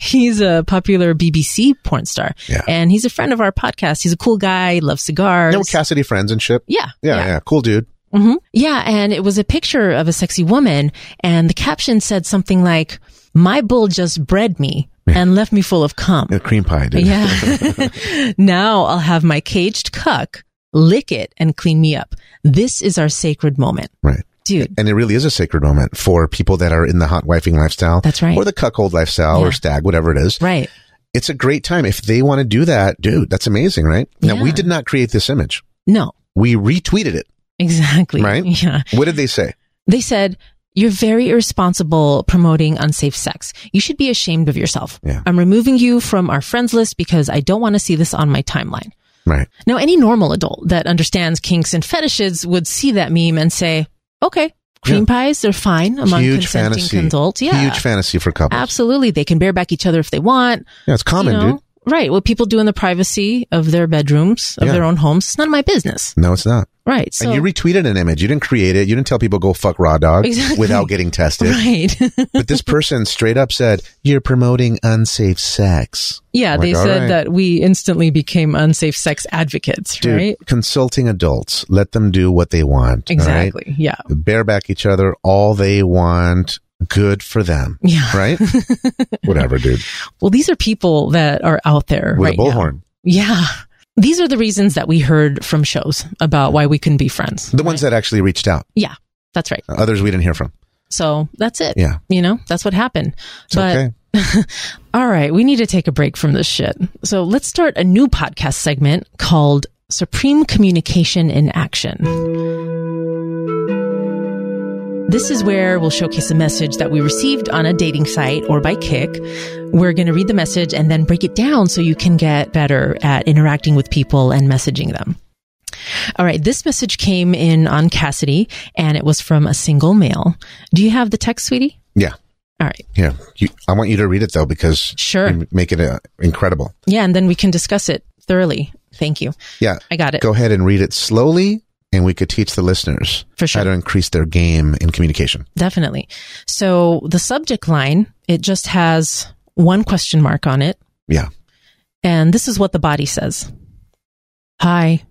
he's a popular BBC porn star. Yeah. And he's a friend of our podcast. He's a cool guy, loves cigars. Yeah, with Cassidy friends and shit. yeah. Yeah, yeah, cool dude. hmm Yeah. And it was a picture of a sexy woman. And the caption said something like, My bull just bred me and left me full of cum. A cream pie dude. Yeah. now I'll have my caged cuck lick it and clean me up. This is our sacred moment. Right. Dude. And it really is a sacred moment for people that are in the hot wifing lifestyle. That's right. Or the cuckold lifestyle Yeah. or stag, whatever it is. Right. It's a great time. If they want to do that, dude, that's amazing, right? Now, Yeah. we did not create this image. No. We retweeted it. Exactly. Right? Yeah. What did they say? They said, You're very irresponsible promoting unsafe sex. You should be ashamed of yourself. Yeah. I'm removing you from our friends list because I don't want to see this on my timeline. Right. Now, any normal adult that understands kinks and fetishes would see that meme and say, Okay, Cream Yeah. pies, they're fine among Huge consenting fantasy. adults. Yeah. Huge fantasy for couples. Absolutely. They can bear back each other if they want. Yeah, it's common, you know? dude. Right. What people do in the privacy of their bedrooms, of Yeah. their own homes, it's none of my business. No, it's not. Right. So, and you retweeted an image. You didn't create it. You didn't tell people go fuck raw dog Exactly. without getting tested. right. But this person straight up said, "You're promoting unsafe sex." yeah. I'm they like, all said right. that we instantly became unsafe sex advocates, Dude, right? consulting adults, let them do what they want. all right? Exactly. Yeah. Bareback each other all they want. Good for them. Yeah. Right? Whatever, dude. Well, these are people that are out there With right a now. bullhorn. Yeah. These are the reasons that we heard from shows about why we couldn't be friends. The ones that actually reached out. Yeah. That's right. Others we didn't hear from. So that's it. Yeah. You know, that's what happened. It's okay. All right, we need to take a break from this shit. So let's start a new podcast segment called Supreme Communication in Action. This is where we'll showcase a message that we received on a dating site or by Kick. We're going to read the message and then break it down so you can get better at interacting with people and messaging them. All right, this message came in on Cassidy and it was from a single male. Do you have the text, sweetie? Yeah. All right. Yeah. You, I want you to read it though because Sure. you make it uh, incredible. Yeah, and then we can discuss it thoroughly. Thank you. Yeah. I got it. Go ahead and read it slowly and we could teach the listeners For sure. how to increase their game in communication. Definitely. So the subject line, it just has one question mark on it. Yeah. And this is what the body says Hi.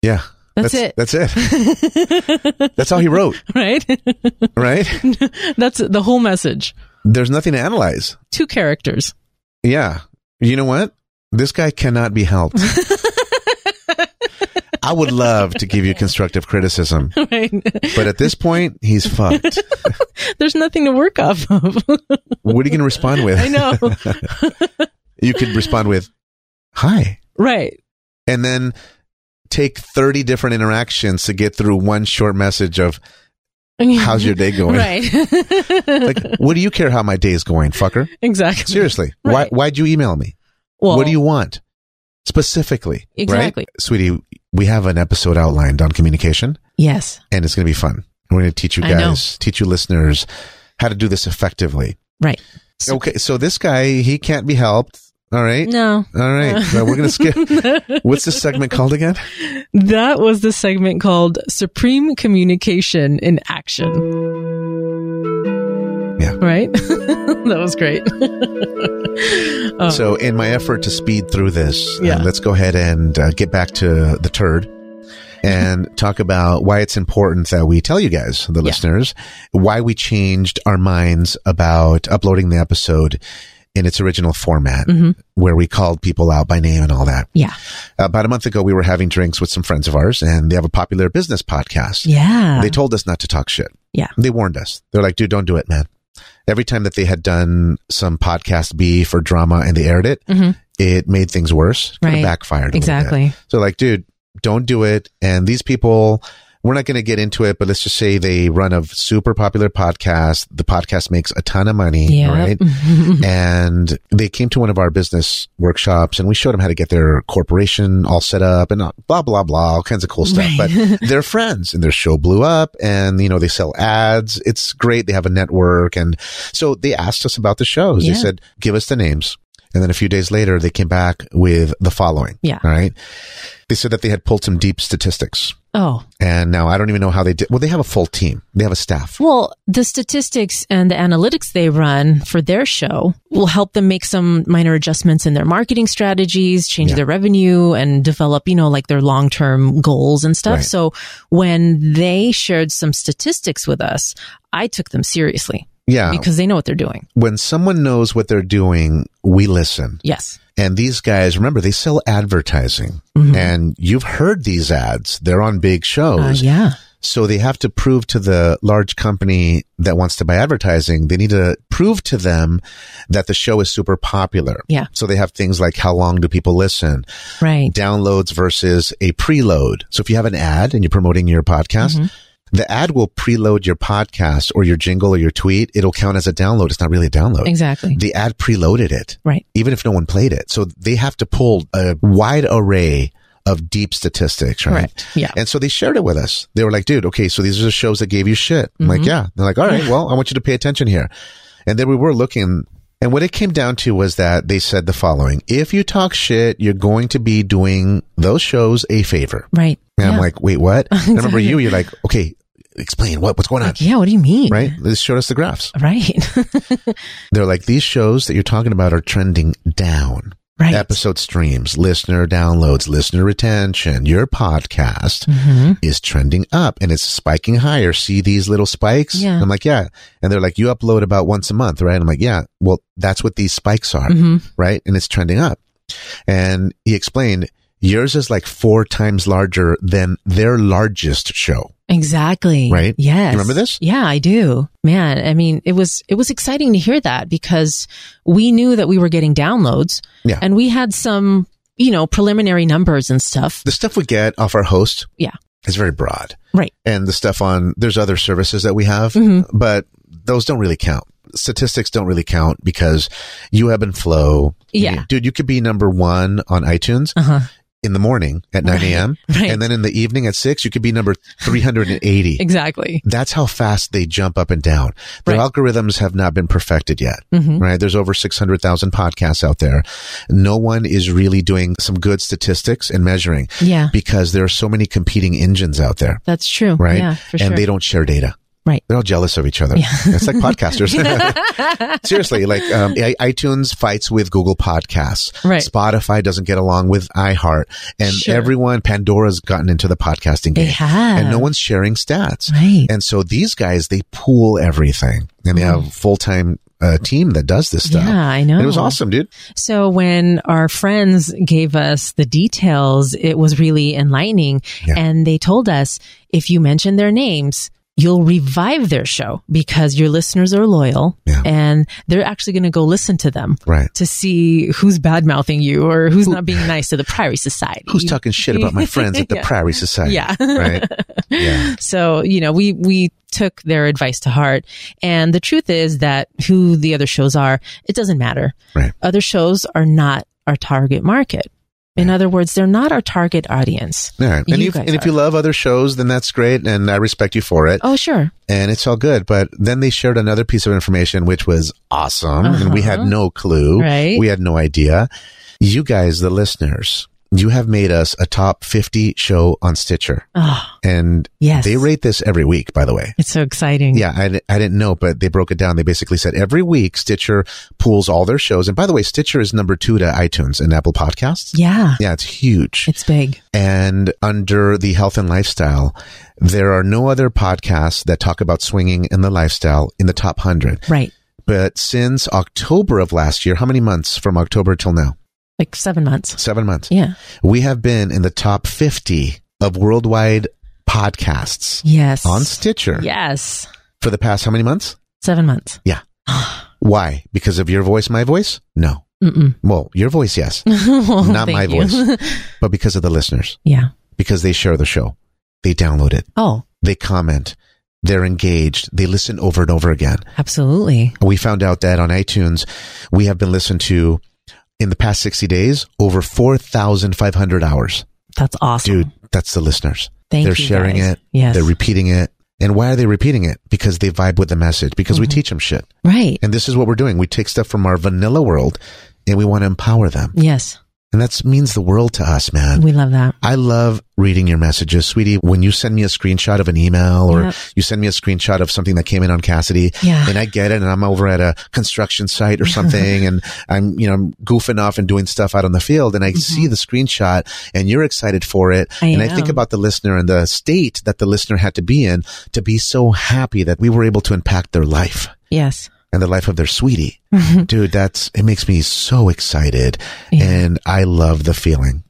Yeah. That's it. That's it. That's all he wrote, right? right? That's the whole message. There's nothing to analyze. Two characters. Yeah. You know what? This guy cannot be helped. I would love to give you constructive criticism, Right? but at this point, he's fucked. There's nothing to work off of. What are you going to respond with? I know. You could respond with, hi. Right. And then take 30 different interactions to get through one short message of, how's your day going? Right. Like, what do you care how my day is going, fucker? exactly. Seriously. Right. Why, why'd you email me? Well, what do you want specifically? right? Exactly. Sweetie, we have an episode outlined on communication. Yes. and it's going to be fun. We're going to teach you I know. guys, teach you listeners how to do this effectively. Right. So- okay, so this guy, he can't be helped. All right. No. All right. So we're going to skip. What's this segment called again? That was the segment called Supreme Communication in Action. Yeah. Right? that was great. Oh. So, in my effort to speed through this, uh, Yeah. let's go ahead and uh, get back to the turd and talk about why it's important that we tell you guys, the listeners, why we changed our minds about uploading the episode in its original format, Mm-hmm. where we called people out by name and all that. Um, Yeah. Uh, About a month ago, we were having drinks with some friends of ours, and they have a popular business podcast. Yeah. They told us not to talk shit. Yeah. They warned us. They're like, dude, don't do it, man. Every time that they had done some podcast B for drama and they aired it, it made things worse. Kind Mm-hmm. Right. of backfired. a little bit. exactly. So, like, dude, don't do it. And these people, we're not going to get into it, but let's just say they run a super popular podcast. The podcast makes a ton of money, Yeah. right? and they came to one of our business workshops and we showed them how to get their corporation all set up and uh, blah blah blah all kinds of cool stuff but they're friends and their show blew up and you know they sell ads it's great they have a network and so they asked us about the shows Yeah. they said give us the names and then a few days later they came back with the following Yeah. all right they said that they had pulled some deep statistics Oh, and now i don't even know how they did well they have a full team they have a staff well, the statistics and the analytics they run for their show will help them make some minor adjustments in their marketing strategies, change Yeah. their revenue and develop, you know, like their long term goals and stuff. Right. So when they shared some statistics with us, I took them seriously. yeah because they know what they're doing. when someone knows what they're doing we listen Yes. And these guys, remember, they sell advertising. Mm-hmm. And you've heard these ads. They're on big Uh, shows. yeah. So they have to prove to the large company that wants to buy advertising, they need to prove to them that the show is super popular. Yeah. So they have things like how long do people listen? Right. downloads versus a preload. So if you have an ad and you're promoting your podcast, Mm-hmm. the ad will preload your podcast or your jingle or your tweet. It'll count as a download. It's not really a download. Exactly. The ad preloaded it. Right. Even if no one played it. So they have to pull a wide array of deep statistics, right? Correct. Yeah. And so they shared it with us. They were like, dude, okay, so these are the shows that gave you shit. I'm Mm-hmm. like, yeah. They're like, all right, well, I want you to pay attention here. And then we were looking and what it came down to was that they said the following. If you talk shit, you're going to be doing those shows a favor. Right. And yeah. I'm like, wait, what? I remember you, you're like, okay, explain what, what's going on? Like, yeah, what do you mean? Right? They showed us the graphs. Right. They're like, these shows that you're talking about are trending down. right. Episode streams, listener downloads, listener retention, your podcast Mm-hmm. is trending up and it's spiking higher. See these little spikes? Yeah. I'm like, yeah. And they're like, you upload about once a month, right? I'm like, yeah. Well, that's what these spikes are, Mm-hmm. right? And it's trending up. And he explained yours is like four times larger than their largest show. Exactly. Right? You Yes. remember this? Yeah, I do. Man, I mean, it was it was exciting to hear that because we knew that we were getting downloads. Yeah. And we had some, you know, preliminary numbers and stuff. The stuff we get off our host Yeah. is very broad. Right. and the stuff on there's other services that we have, Mm-hmm. but those don't really count. Statistics don't really count because you ebb and flow. Yeah. I mean, dude, you could be number one on iTunes Uh-huh. in the morning at 9 a.m. right. And then in the evening at six, you could be number 380. Exactly. That's how fast they jump up and down. Their Right. algorithms have not been perfected yet, Mm-hmm. right? There's over 600,000 podcasts out there. No one is really doing some good statistics and measuring Yeah. because there are so many competing engines out there That's true. right? Yeah, for and sure. they don't share data. Right. They're all jealous of each other. It's like podcasters. Seriously, like um, I- iTunes fights with Google Podcasts. Right. Spotify doesn't get along with iHeart. And Sure. everyone, Pandora's gotten into the podcasting They game. have. And no one's sharing stats. Right. And so these guys, they pool everything and they have full time uh, team that does this stuff. Yeah, I know. And it was awesome, dude. So when our friends gave us the details, it was really enlightening. Yeah. And they told us if you mention their names, you'll revive their show because your listeners are loyal Yeah. and they're actually going to go listen to them Right. to see who's bad mouthing you or who's not being nice to the Priory Society. Who's talking shit about my friends at the Yeah. Prairie Society? Yeah. Right. Yeah. So, you know, we, we took their advice to heart. And the truth is that who the other shows are, it doesn't matter. Right. Other shows are not our target market. In other words, they're not our target audience. All right. And, You if, guys and if are. you love other shows, then that's great. And I respect you for it. Oh, sure. And it's all good. But then they shared another piece of information, which was awesome. And we had no clue. Uh-huh. Right. We had no idea. You guys, the listeners, you have made us a top 50 show on Stitcher. Oh, And Yes. they rate this every week, by the way. it's so exciting. Yeah, I, di- I didn't know, but they broke it down. They basically said every week Stitcher pulls all their shows. And by the way, Stitcher is number two to iTunes and Apple Podcasts. Yeah. Yeah, it's huge. It's big. And under the health and lifestyle, there are no other podcasts that talk about swinging and the lifestyle in the top 100. Right. But since October of last year, how many months from October till now? Like seven months. Seven months. Yeah. We have been in the top 50 of worldwide podcasts Yes. on Stitcher Yes. for the past how many months? Seven months. Why? Because of your voice, my voice? No. Mm-mm. Well, your voice, yes, Not my voice. but because of the listeners, yeah. because they share the show, they download it. Oh, they comment, they're engaged, they listen over and over again. absolutely. We found out that on iTunes, we have been listened to in the past 60 days over 4,500 hours. That's awesome. Dude, that's the listeners. Thank they're you, sharing guys. it. Yes. They're repeating it. And why are they repeating it? Because they vibe with the message, because Mm-hmm. we teach them shit. Right. And this is what we're doing. We take stuff from our vanilla world and we want to empower them. Yes. And that means the world to us, man. We love that. I love reading your messages, sweetie. When you send me a screenshot of an email or Yeah. you send me a screenshot of something that came in on Cassidy Yeah. and I get it and I'm over at a construction site or something and I'm, you know, I'm goofing off and doing stuff out on the field and I see the screenshot and you're excited for it. Mm-hmm. I and I am. think about the listener and the state that the listener had to be in to be so happy that we were able to impact their life Yes. and the life of their sweetie. Dude, that's, it makes me so excited Yeah. and I love the feeling.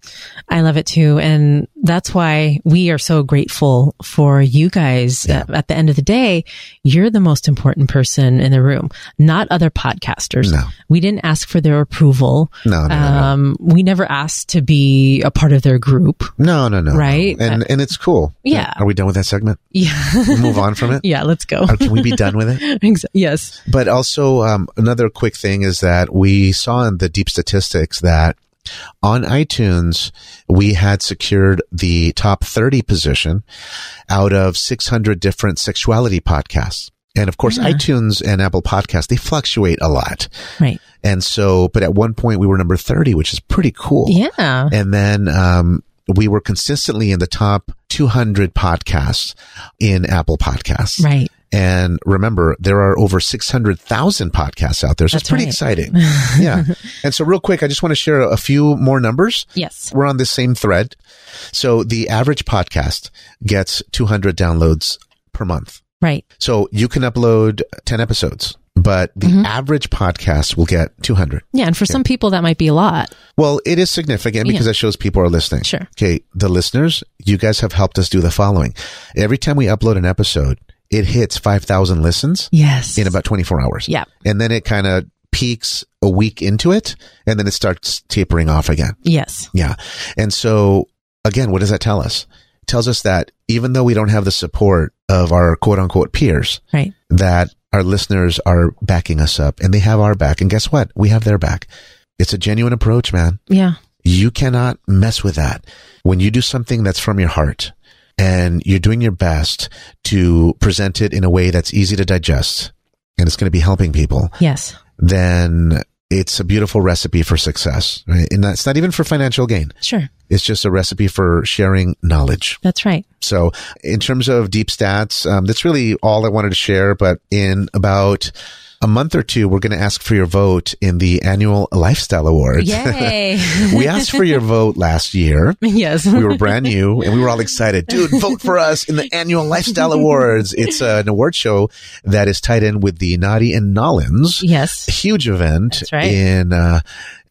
I love it too. And that's why we are so grateful for you guys. Yeah. Uh, At the end of the day, you're the most important person in the room, not other podcasters. No. We didn't ask for their approval. No, no, no, no. Um, we never asked to be a part of their group. No, no, no. Right? no. And and it's cool. Yeah. Are we done with that segment? Yeah. Move on from it? yeah. Let's go. Or Can we be done with it? Exa- yes. But also, um, another quick thing is that we saw in the deep statistics that On iTunes, we had secured the top 30 position out of 600 different sexuality podcasts. And of course, Yeah. iTunes and Apple Podcasts, they fluctuate a lot. Right. And so, but at one point we were number 30, which is pretty cool. Yeah. And then, um, we were consistently in the top 200 podcasts in Apple Podcasts. Right. And remember, there are over 600,000 podcasts out there. So That's it's pretty right. exciting. yeah. And so real quick, I just want to share a few more numbers. Yes. We're on this same thread. So the average podcast gets 200 downloads per month. Right. So you can upload 10 episodes, but the Mhm. average podcast will get 200. Yeah. And for some people, that might be a lot. Well, it is significant because Yeah. that shows people are listening. Sure. Okay. The listeners, you guys have helped us do the following. Every time we upload an episode, it hits 5,000 listens Yes. in about 24 hours. Yeah. And then it kind of peaks a week into it and then it starts tapering off again. Yes. Yeah. And so again, what does that tell us? It tells us that even though we don't have the support of our quote unquote peers, Right. that our listeners are backing us up and they have our back. And guess what? We have their back. It's a genuine approach, man. Yeah. You cannot mess with that. When you do something that's from your heart and you're doing your best to present it in a way that's easy to digest and it's going to be helping people, Yes. then it's a beautiful recipe for success. Right? And that's not even for financial gain. Sure. It's just a recipe for sharing knowledge. That's right. So, in terms of deep stats, um, that's really all I wanted to share. But in about a month or two, we're going to ask for your vote in the annual Lifestyle Awards. Yay. we asked for your vote last year. yes. We were brand new and we were all excited. Dude, vote for us in the annual Lifestyle Awards. It's uh, an award show that is tied in with the Naughty and Nollins yes. huge event That's right. in uh,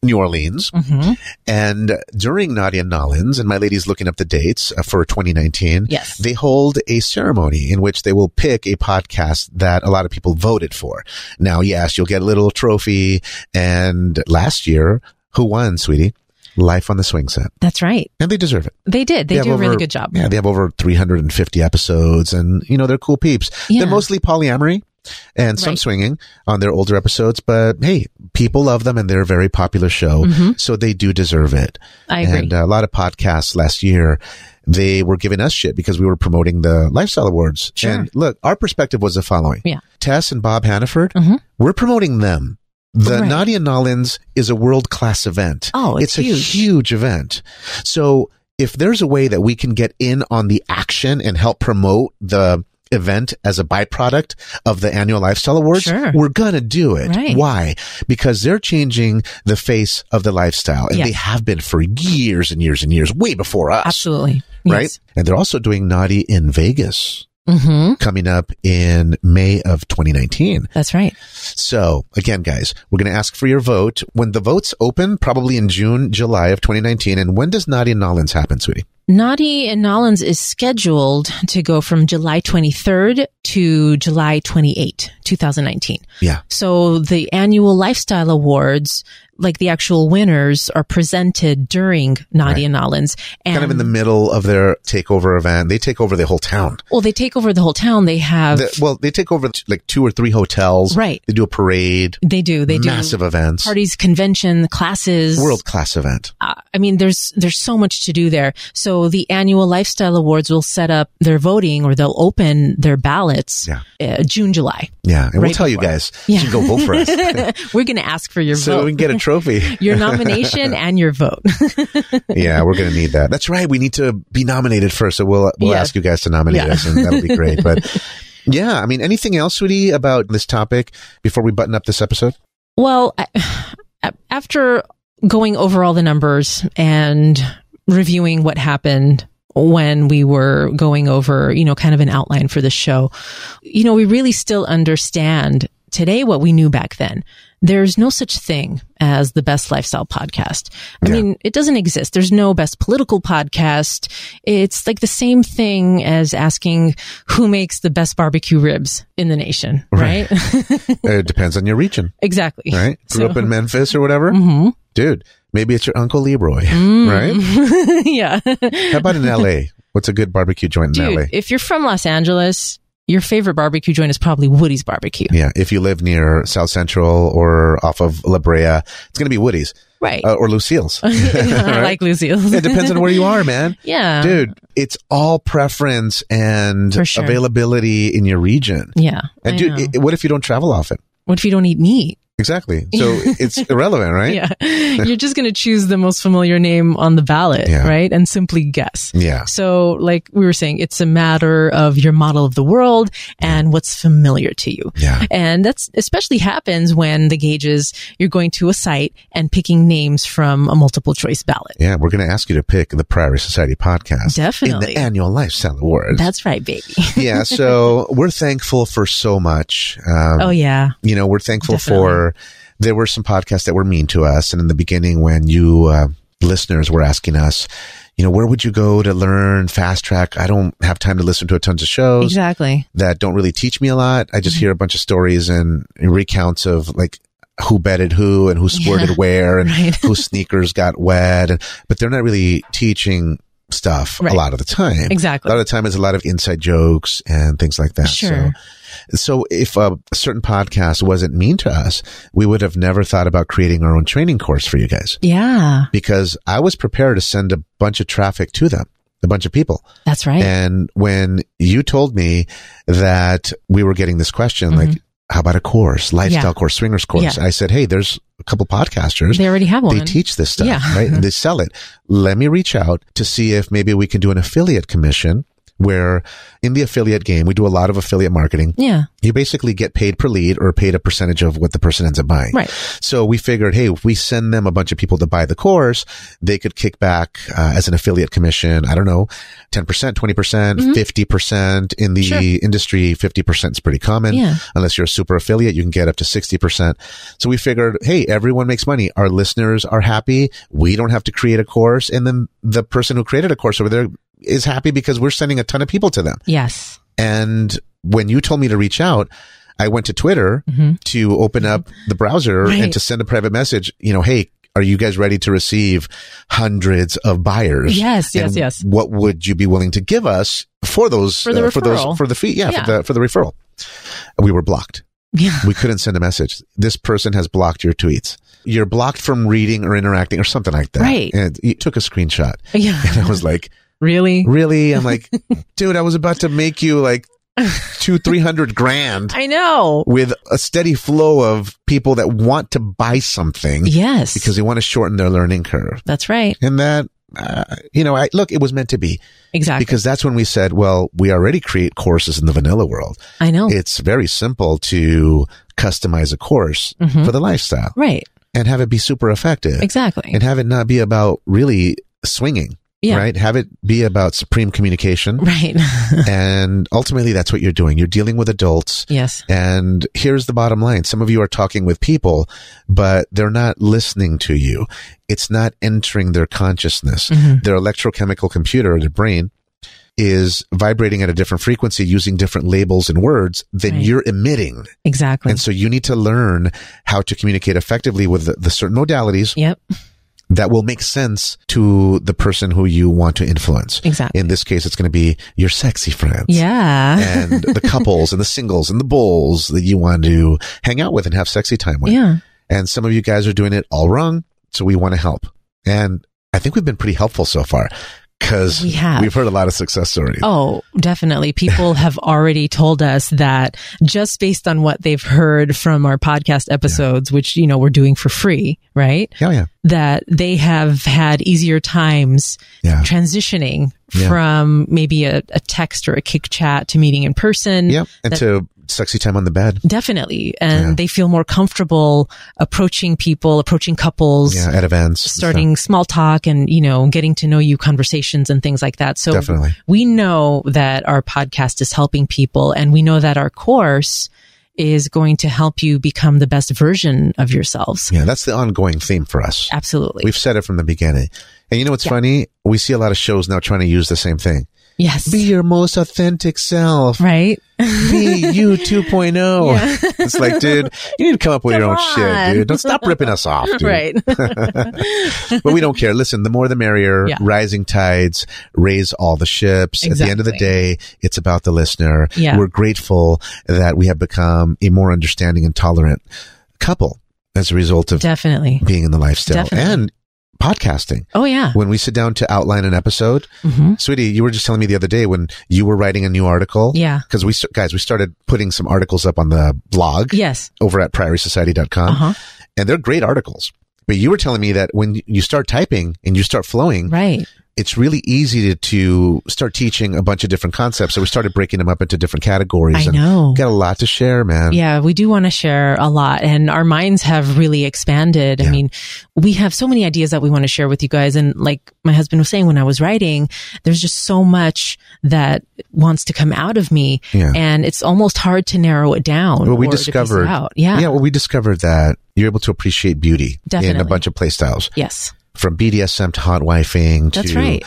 New Orleans. hmm And during Nadia Nollins, and my lady's looking up the dates uh, for 2019, Yes. they hold a ceremony in which they will pick a podcast that a lot of people voted for. Now, yes, you'll get a little trophy. And last year, who won, sweetie? Life on the Swing Set. That's right. And they deserve it. They did. They, have do a really over- good job. Yeah, they have over 350 episodes and, you know, they're cool peeps. Yeah. They're mostly polyamory and some Right. swinging on their older episodes, but hey, people love them and they're a very popular show. Mm-hmm. So they do deserve it. I agree. And uh, a lot of podcasts last year, they were giving us shit because we were promoting the Lifestyle Awards. Sure. And look, our perspective was the following. Yeah. Tess and Bob Hannaford, Mhm. we're promoting them. The Right. Nadia Nollins is a world class event. Oh, it's a huge. huge event. So if there's a way that we can get in on the action and help promote the event as a byproduct of the annual lifestyle awards, Sure. we're going to do it. Right. Why? Because they're changing the face of the lifestyle and Yes. they have been for years and years and years, way before us. Absolutely. Right. And they're also doing naughty in Vegas hmm coming up in May of 2019. That's right. So again, guys, we're going to ask for your vote when the votes open, probably in June, July of 2019. And when does Naughty and Nollins happen, sweetie? Naughty and Nollins is scheduled to go from July 23rd to July 28, 2019. Yeah. So the annual Lifestyle Awards, like the actual winners, are presented during Naughty Right. and Nollins. And Kind of in the middle of their takeover event. They take over the whole town. well, they take over the whole town. They have The- well, they take over t- like two or three hotels. Right. They do a parade, they do they massive do events, parties, convention, classes, world class event. uh, I mean, there's there's so much to do there. So the annual Lifestyle Awards will set up their voting, or they'll open their ballots Yeah. uh, June, July. Yeah. And we'll Right tell you before. guys, Yeah. you should go vote for us. We're going to ask for your so we vote, can get a trophy. your nomination, and your vote. yeah, we're going to need that. That's right. We need to be nominated first. So we'll, we'll Yeah. ask you guys to nominate Yeah. us and that'll be great. But yeah, I mean, anything else, sweetie, about this topic before we button up this episode? well, I, after going over all the numbers and reviewing what happened when we were going over, you know, kind of an outline for the show, you know, we really still understand today what we knew back then. There's no such thing as the best lifestyle podcast. I Yeah. mean, it doesn't exist. There's no best political podcast. It's like the same thing as asking who makes the best barbecue ribs in the nation, right? Uh, it depends on your region, exactly. right? Grew up in Memphis or whatever. hmm Dude, maybe it's your Uncle Leroy, Mm. right? yeah. How about in LA? What's a good barbecue joint in Dude, LA? if you're from Los Angeles, your favorite barbecue joint is probably Woody's Barbecue. Yeah. If you live near South Central or off of La Brea, it's going to be Woody's Right. uh, or Lucille's. I like Lucille's. it depends on where you are, man. yeah. Dude, it's all preference and For sure. availability in your region. Yeah. And I know. dude, i what if you don't travel often? what if you don't eat meat? Exactly. So it's irrelevant, right? Yeah. You're just going to choose the most familiar name on the ballot, Yeah. right? And simply guess. Yeah. So, like we were saying, it's a matter of your model of the world and what's familiar to you. Yeah. And that's especially happens when the gauge is you're going to a site and picking names from a multiple choice ballot. Yeah, we're going to ask you to pick the Priory Society podcast in Definitely. the annual Lifestyle Awards. That's right, baby. yeah, so we're thankful for so much. Um, oh yeah. you know, we're thankful Definitely. for there were some podcasts that were mean to us. And in the beginning, when you uh, listeners were asking us, you know, where would you go to learn fast track? I don't have time to listen to tons of shows Exactly. that don't really teach me a lot. I just Mm-hmm. hear a bunch of stories and recounts of like who betted who and who squirted Yeah, where and right. whose sneakers got wet. And, but they're not really teaching stuff Right. a lot of the time. A Exactly. lot of the time is a lot of inside jokes and things like that. Sure. So, so if a certain podcast wasn't mean to us, we would have never thought about creating our own training course for you guys Yeah. because I was prepared to send a bunch of traffic to them, a bunch of people. That's right. And when you told me that we were getting this question, like, how about a course, lifestyle Mm-hmm. Yeah. course, swingers course? I said, hey, there's a couple podcasters. they already have one. They teach this stuff, Yeah. right? And they sell it. Let me reach out to see if maybe we can do an affiliate commission where in the affiliate game, we do a lot of affiliate marketing. Yeah. You basically get paid per lead or paid a percentage of what the person ends up buying. Right. So we figured, hey, if we send them a bunch of people to buy the course, they could kick back uh, as an affiliate commission. I don't know, ten percent, twenty percent, fifty percent in the Mm-hmm. Sure. industry. Fifty percent is pretty common. Yeah. Unless you're a super affiliate, you can get up to sixty percent. So we figured, hey, everyone makes money. Our listeners are happy. We don't have to create a course, and then the person who created a course over there is happy because we're sending a ton of people to them. Yes. And when you told me to reach out, I went to Twitter to open up the browser Mm-hmm. Right. and to send a private message, you know, hey, are you guys ready to receive hundreds of buyers? Yes, yes, And yes. What would you be willing to give us for those uh, For the for those referral. for the fee? Yeah, Yeah. for the for the referral. We were blocked. Yeah. We couldn't send a message. This person has blocked your tweets. You're blocked from reading or interacting or something like that. Right. And you took a screenshot. And Yeah. I was like, Really? really i'm like dude i was about to make you like two three hundred grand I know. with a steady flow of people that want to buy something Yes. because they want to shorten their learning curve that's right. and that uh, you know i look it was meant to be Exactly. because that's when we said well we already create courses in the vanilla world I know. it's very simple to customize a course Mhm. for the lifestyle right. and have it be super effective Exactly. and have it not be about really swinging Yeah. right have it be about supreme communication Right. and ultimately, that's what you're doing. You're dealing with adults. yes. And here's the bottom line. Some of you are talking with people, but they're not listening to you. It's not entering their Mm-hmm. consciousness. Their electrochemical computer, their brain is vibrating at a different frequency using different labels and words than Right. you're emitting. Exactly. And so you need to learn how to communicate effectively with the, the certain modalities Yep. that will make sense to the person who you want to influence. Exactly. In this case, it's going to be your sexy friends Yeah. and the couples and the singles and the bulls that you want to hang out with and have sexy time with. Yeah. And some of you guys are doing it all wrong. So we want to help. And I think we've been pretty helpful so far because We have. we've heard a lot of success stories. Oh, definitely. People have already told us that just based on what they've heard from our podcast episodes, which, you know, we're doing for free, right? Yeah, yeah. That they have had easier times Yeah. transitioning Yeah. from maybe a, a text or a kick chat to meeting in person. Yeah. And to sexy time on the bed. Definitely. And Yeah. they feel more comfortable approaching people, approaching couples, Yeah. At events. and starting small talk and, you know, getting to know you conversations and things like that. So Definitely. we know that our podcast is helping people and we know that our course is going to help you become the best version of yourselves. stuff. Yeah. That's the ongoing theme for us. Absolutely. We've said it from the beginning. And you know what's funny? We see a lot of shows now trying to use the same thing. Yes. Be your most authentic self. right? Be you oh. 2.0. It's like, dude, you need to come up with your own Come on. shit, dude. Don't stop ripping us off, dude. Right. but we don't care. Listen, the more the merrier. Yeah. Rising tides raise all the ships. At the end of the Exactly. day, it's about the listener. Yeah. We're grateful that we have become a more understanding and tolerant couple as a result of Definitely. being in the lifestyle Definitely. and podcasting. Oh, yeah. When we sit down to outline an episode, hmm sweetie, you were just telling me the other day when you were writing a new article. Yeah. Because we, st- guys, we started putting some articles up on the blog Yes. over at priorysociety.com Uh huh. and they're great articles. But you were telling me that when you start typing and you start flowing, Right. it's really easy to, to start teaching a bunch of different concepts. So we started breaking them up into different categories. I and know. Got a lot to share, man. Yeah, we do want to share a lot, and our minds have really expanded. I Yeah. mean, we have so many ideas that we want to share with you guys. And like my husband was saying when I was writing, there's just so much that wants to come out of me. Yeah. And it's almost hard to narrow it down. Well, we or to piece it discovered- out. Yeah. well, we discovered that you're able to appreciate beauty in Definitely. a bunch of play styles Yes. from BDSM to hot wifing That's to right.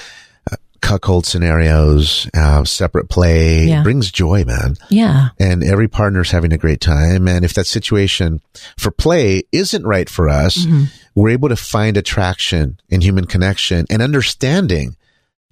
cuckold scenarios, uh, separate play. Yeah. It brings joy, man. Yeah. and every partner's having a great time. And if that situation for play isn't right for us, Mm-hmm. we're able to find attraction and human connection and understanding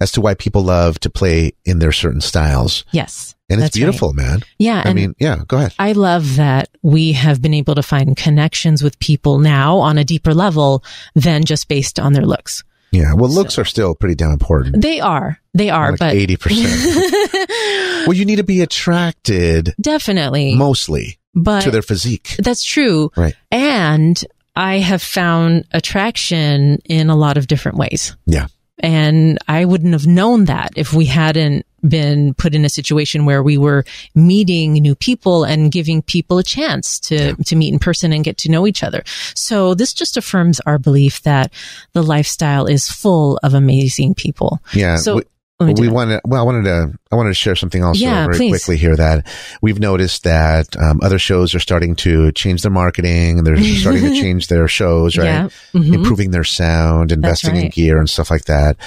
as to why people love to play in their certain styles. Yes. And That's it's right. beautiful, man. Yeah. I and- mean, yeah, go ahead. I love that we have been able to find connections with people now on a deeper level than just based on their looks. Yeah. Well, looks are still pretty damn important. They are, they are, like but 80%. well, you need to be attracted definitely, mostly but to their physique. that's true. Right. And I have found attraction in a lot of different ways. Yeah. And I wouldn't have known that if we hadn't been put in a situation where we were meeting new people and giving people a chance to, to meet in person and get to know each other. So this just affirms our belief that the lifestyle is full of amazing people. Yeah. So we- let me do we that. want to. Well, I wanted to. I wanted to share something also Yeah, very please. quickly here. That we've noticed that um, other shows are starting to change their marketing. They're starting to change their shows, right? Yeah. Mhm. Improving their sound, investing in right. gear and stuff like that.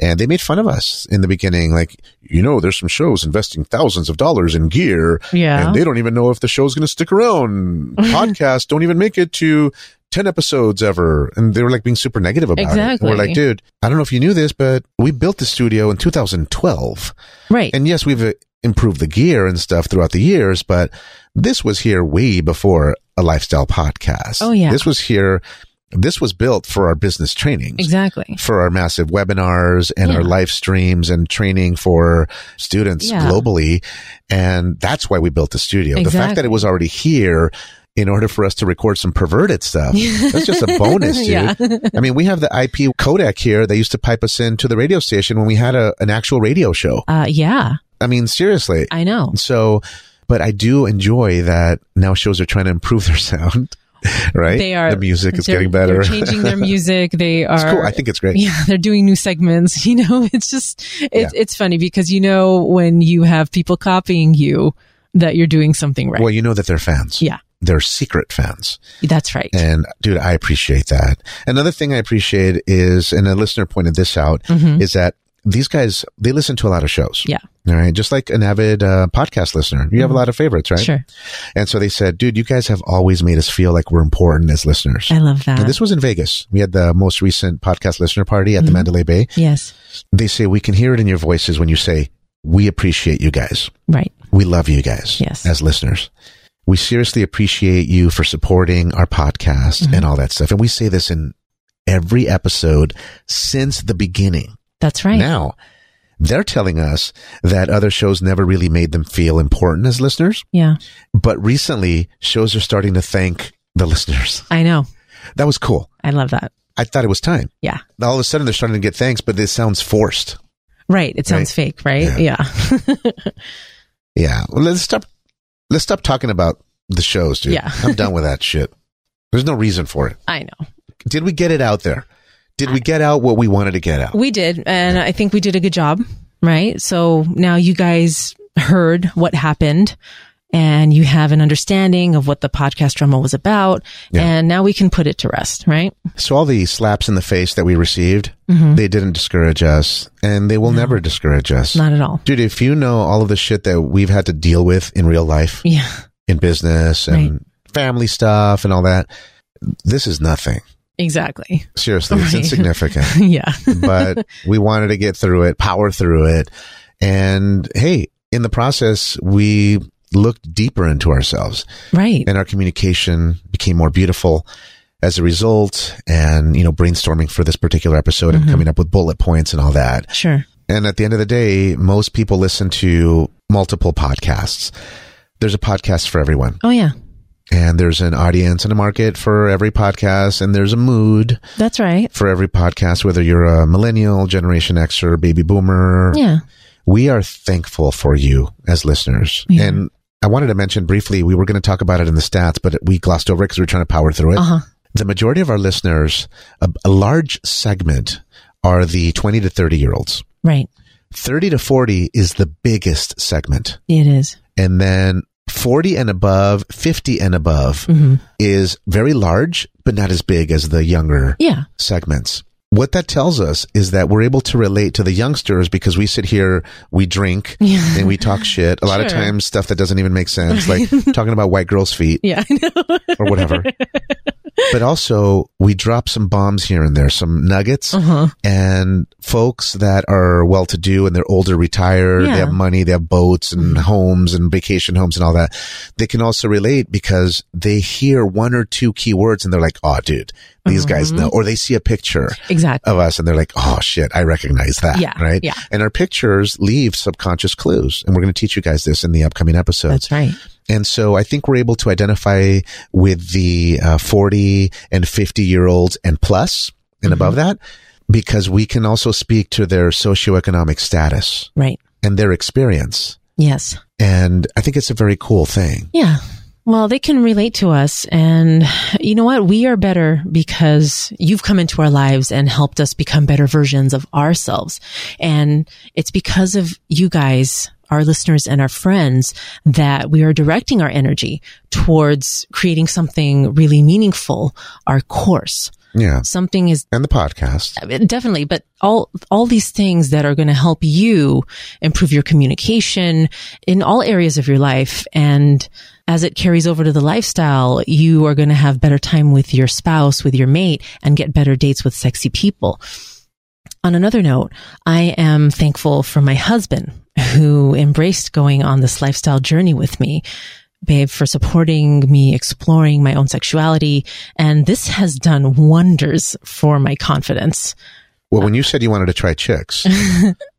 And they made fun of us in the beginning, like you know, there's some shows investing thousands of dollars in gear, Yeah. and they don't even know if the show's going to stick around. Podcasts don't even make it to. 10 episodes ever. And they were like being super negative about it. And Exactly. we're like, dude, I don't know if you knew this, but we built the studio in 2012. right. And yes, we've uh, improved the gear and stuff throughout the years, but this was here way before a lifestyle podcast. Oh, yeah. This was here. This was built for our business trainings. exactly. For our massive webinars and our Yeah. live streams and training for students Yeah. globally. And that's why we built the studio. The fact that Exactly. it was already here in order for us to record some perverted stuff, that's just a bonus, dude. Yeah. I mean, we have the IP codec here. They used to pipe us into the radio station when we had a, an actual radio show. Uh, yeah. I mean, seriously. I know. So, but I do enjoy that now shows are trying to improve their sound, right? They are. The music is they're- getting better. They're changing their music. They are. it's cool. I think it's great. yeah, they're doing new segments. You know, it's just it, Yeah. it's funny because you know when you have people copying you that you're doing something right. Well, you know that they're fans. Yeah. They're secret fans. That's right. And dude, I appreciate that. Another thing I appreciate is, and a listener pointed this out, Mhm. is that these guys, they listen to a lot of shows. Yeah. Mm-hmm. All right. Just like an avid uh, podcast listener, you have a lot of favorites, right? Sure, And so they said, dude, you guys have always made us feel like we're important as listeners. I love that. And this was in Vegas. We had the most recent podcast listener party at Mm-hmm. the Mandalay Bay. yes, They say we can hear it in your voices when you say, "We appreciate you guys. right. We love you guys Yes. as listeners. We seriously appreciate you for supporting our podcast Mm-hmm. and all that stuff." And we say this in every episode since the beginning. That's right. Now, they're telling us that other shows never really made them feel important as listeners, yeah, but recently shows are starting to thank the listeners. I know. That was cool. I love that. I thought it was time. Yeah, all of a sudden they're starting to get thanks, but this sounds forced. right. It sounds fake, right? Yeah. Yeah. Well, let's stop. Let's stop talking about the shows, dude. Yeah. I'm done with that shit. There's no reason for it. I know. Did we get it out there? Did we get out what we wanted to get out? We did, and I think we did a good job, right? So now you guys heard what happened, and you have an understanding of what the podcast drama was about. Yeah. And now we can put it to rest, right? So all the slaps in the face that we received, they didn't discourage us and they will never discourage us. Not at all. Dude, if you know all of the shit that we've had to deal with in real life, Yeah. in business and Right. family stuff and all that, this is nothing. Exactly. Seriously, it's Right. insignificant. yeah. but we wanted to get through it, power through it. And hey, in the process, we looked deeper into ourselves Right. and our communication became more beautiful as a result. And, you know, brainstorming for this particular episode and coming up with bullet points and all that. Sure. And at the end of the day, most people listen to multiple podcasts. There's a podcast for everyone Oh yeah. and there's an audience and a market for every podcast and there's a mood That's right. for every podcast, whether you're a millennial, Generation X, or baby boomer. Yeah. We are thankful for you as listeners. Yeah. And I wanted to mention briefly, we were going to talk about it in the stats, but we glossed over it because we were trying to power through it. Uh huh. The majority of our listeners, a, a large segment, are the 20 to 30 year olds. Right. 30 to 40 is the biggest segment. It is. And then 40 and above, 50 and above Mm-hmm. is very large, but not as big as the younger Yeah. segments. What that tells us is that we're able to relate to the youngsters because we sit here, we drink, Yeah. and we talk shit. A lot of Sure. times, stuff that doesn't even make sense, like talking about white girls' feet Yeah. I know. or whatever. but also, we drop some bombs here and there, some nuggets. Uh-huh. And folks that are well to do and they're older, retired, Yeah. Mm-hmm. they have money, they have boats and homes and vacation homes and all that. They can also relate because they hear one or two key words and they're like, oh, dude, these guys know. Mm-hmm. Or they see a picture Exactly. of us and they're like, oh shit, I recognize that. Yeah, Right. yeah. And our pictures leave subconscious clues. And we're going to teach you guys this in the upcoming episodes. That's right. And so I think we're able to identify with the uh, 40 and 50 year olds and plus and above Mm-hmm. that because we can also speak to their socioeconomic status Right. and their experience. Yes. And I think it's a very cool thing. Yeah. Well, they can relate to us. And you know what? We are better because you've come into our lives and helped us become better versions of ourselves. And it's because of you guys, our listeners and our friends, that we are directing our energy towards creating something really meaningful, our course. Yeah. Something is And the podcast. definitely but all all these things that are going to help you improve your communication in all areas of your life and as it carries over to the lifestyle you are going to have better time with your spouse with your mate and get better dates with sexy people on another note, I am thankful for my husband who embraced going on this lifestyle journey with me. Babe, for supporting me exploring my own sexuality. And this has done wonders for my confidence. Well, when you said you wanted to try chicks,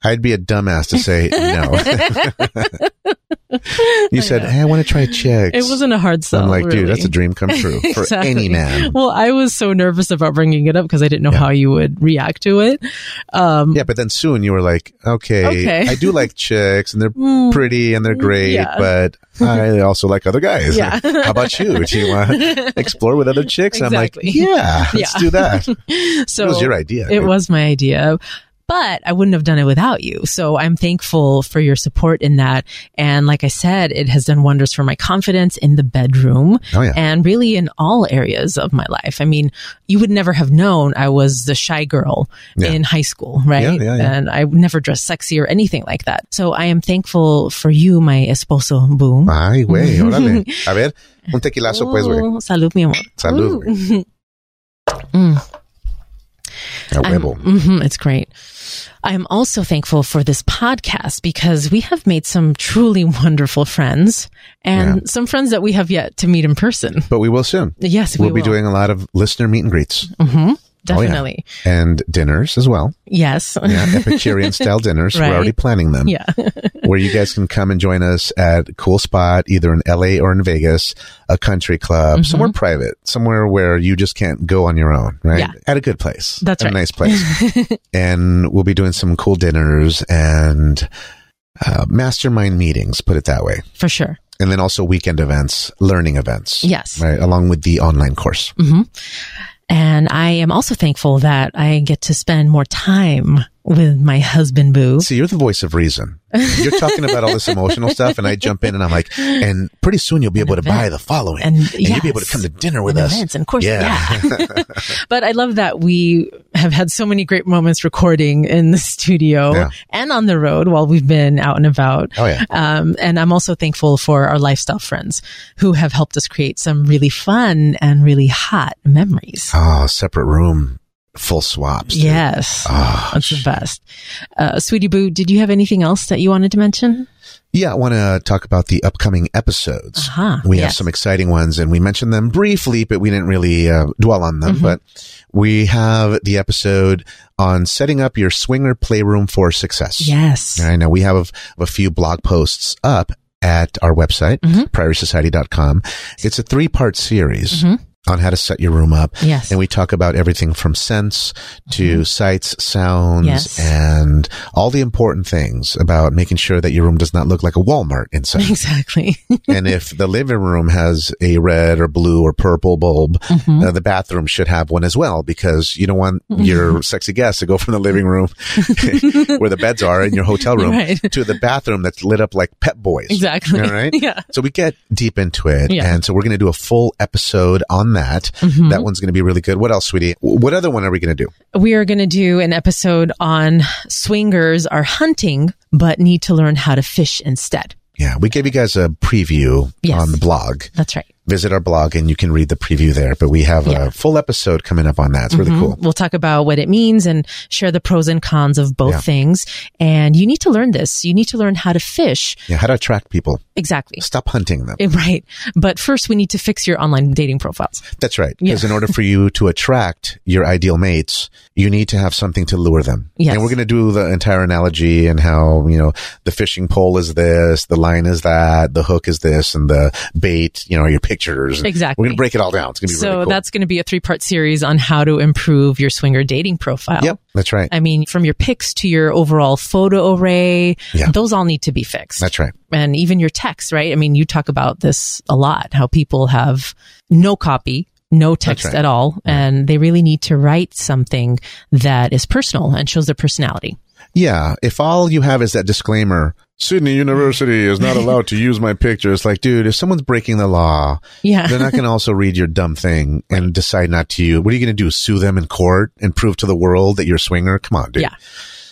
I'd be a dumbass to say no. you said, hey, I want to try chicks. It wasn't a hard sell. I'm like, dude, really. that's a dream come true for Exactly. any man. Well, I was so nervous about bringing it up because I didn't know how you would react to it. Um, Yeah, but then soon you were like, okay, Okay. I do like chicks and they're mm, pretty and they're great, yeah. but I also like other guys. Yeah. How about you? Do you want to explore with other chicks? And Exactly. I'm like, yeah, let's Yeah. do that. It So was your idea. It was my idea. But I wouldn't have done it without you. So I'm thankful for your support in that. And like I said, it has done wonders for my confidence in the bedroom Oh, yeah. and really in all areas of my life. I mean, you would never have known I was the shy girl Yeah. in high school, right? Yeah, yeah, yeah. And I never dressed sexy or anything like that. So I am thankful for you, my esposo boom. Ay, güey, órale. A ver, un tequilazo, pues, güey. Ooh, salud, mi amor. Salud, Ooh. Mm, A I'm- huevo. mhm, it's great. I'm also thankful for this podcast because we have made some truly wonderful friends and some friends that we have yet to meet in person. But we will soon. Yes, We'll be we will. Mm-hmm, doing a lot of listener meet and greets Oh, yeah. definitely. and dinners as well. Yes. Yeah, Epicurean style dinners. Right. We're already planning them. yeah. where you guys can come and join us at a cool spot, either in LA or in Vegas, a country club, Mm-hmm. somewhere private, somewhere where you just can't go on your own, right? Yeah. At a good place. That's at right. A nice place. and we'll be doing some cool dinners and uh, mastermind meetings, put it that way. For sure. And then also weekend events, learning events. Yes. Mm-hmm. Right. Along with the online course. And I am also thankful that I get to spend more time with my husband, Boo. See, you're the voice of reason. You're talking about all this emotional stuff, and I jump in and I'm like, and pretty soon you'll be able to buy the following, And, and, yes. you'll be able to come to dinner with and us. events, and of course, Yeah. yeah. but I love that we have had so many great moments recording in the studio Yeah. and on the road while we've been out and about. Oh, yeah. Um, and I'm also thankful for our lifestyle friends who have helped us create some really fun and really hot memories. Oh, separate room, full swaps. dude. Yes. Ah, That's the best. Uh, Sweetie Boo, did you have anything else that you wanted to mention? Yeah, I want to talk about the upcoming episodes. Uh-huh, We have yes. some exciting ones, and we mentioned them briefly, but we didn't really uh, dwell on them. Mm-hmm. But we have the episode on setting up your swinger playroom for success. Yes. I know we have a few blog posts up at our website, Mm-hmm. prairiesociety.com. It's a three part series on how to set your room up. Mm-hmm. Yes. Mm-hmm. And we talk about everything from scents to sights, sounds, Yes. and all the important things about making sure that your room does not look like a Walmart inside. Exactly. and if the living room has a red or blue or purple bulb, Mm-hmm. uh, the bathroom should have one as well because you don't want your sexy guests to go from the living room where the beds are in your hotel room Right. to the bathroom that's lit up like Pet Boys. Exactly. All right. Yeah. So we get deep into it. Yeah. Mm-hmm. And so we're going to do a full episode on that. That one's going to be really good. What else, sweetie? W- What other one are we going to do? we are going to do an episode on swingers are hunting, but need to learn how to fish instead. Yeah. We gave you guys a preview Yes. on the blog. That's right. Visit our blog and you can read the preview there. But we have Yeah. Mm-hmm. a full episode coming up on that. It's really cool. We'll talk about what it means and share the pros and cons of both Yeah. things. And you need to learn this. You need to learn how to fish. Yeah, how to attract people. Exactly. Stop hunting them. Eh, Right. But first, we need to fix your online dating profiles. That's right. Because in order for you to attract your ideal mates, you need to have something to lure them. Yes. And we're going to do the entire analogy and how, you know, the fishing pole is this, the line is that, the hook is this, and the bait, you know, your pictures. Exactly. We're going to break it all down. It's going to be So really cool. that's going to be a three part series on how to improve your swinger dating profile. Yep, that's right. I mean, from your pics to your overall photo array, Yeah. those all need to be fixed. That's right. and even your text, right? I mean, you talk about this a lot, how people have no copy, no text right. at all, and they really need to write something that is personal and shows their personality. Yeah. If all you have is that disclaimer, Sydney University is not allowed to use my picture. It's like, dude, if someone's breaking the law, Yeah. they're not going to also read your dumb thing and decide not to. What are you going to do? Sue them in court and prove to the world that you're a swinger? Come on, dude. Yeah.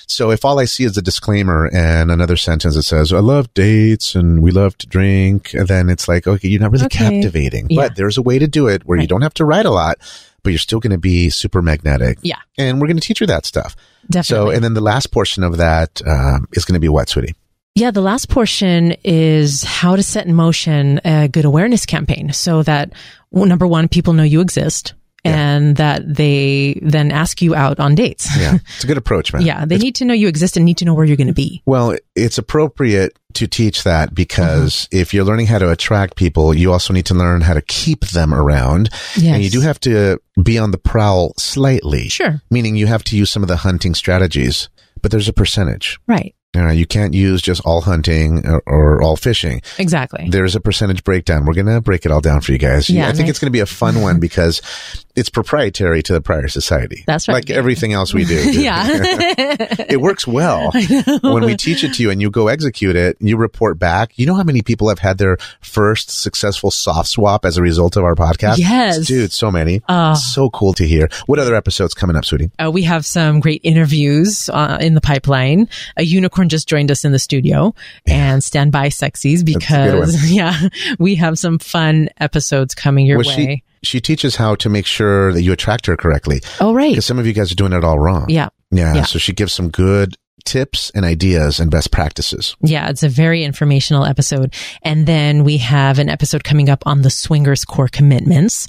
So if all I see is a disclaimer and another sentence that says, I love dates and we love to drink, and then it's like, okay, you're not really Okay. captivating. Yeah. But there's a way to do it where you don't have to write a lot, but you're still going to be super magnetic. Yeah. And we're going to teach you that stuff. Definitely. So, and then the last portion of that um, is going to be what, sweetie? Yeah, the last portion is how to set in motion a good awareness campaign so that well, number one, people know you exist and that they then ask you out on dates. Yeah. it's a good approach, man. yeah, they need to know you exist and need to know where you're going to be. Well, it's appropriate to teach that because Mm-hmm. if you're learning how to attract people, you also need to learn how to keep them around. Yes. And you do have to be on the prowl slightly. Sure. Meaning you have to use some of the hunting strategies, but there's a percentage. Right. You, know, you can't use just all hunting or, or all fishing. Exactly. There's a percentage breakdown. We're going to break it all down for you guys. Yeah, I think nice. it's going to be a fun one because it's proprietary to the prior society. That's right. Like everything else we do. yeah. it works well when we teach it to you and you go execute it and you report back you know how many people have had their first successful soft swap as a result of our podcast Yes. dude so many Oh. so cool to hear what other episodes coming up sweetie Uh, we have some great interviews uh, in the pipeline. A unicorn just joined us in the studio and stand by sexies because, yeah, we have some fun episodes coming your Well, way. she she teaches how to make sure that you attract her correctly oh, right. because some of you guys are doing it all wrong Yeah. yeah, Yeah. so she gives some good tips and ideas and best practices Yeah. It's a very informational episode. And then we have an episode coming up on the swingers core commitments.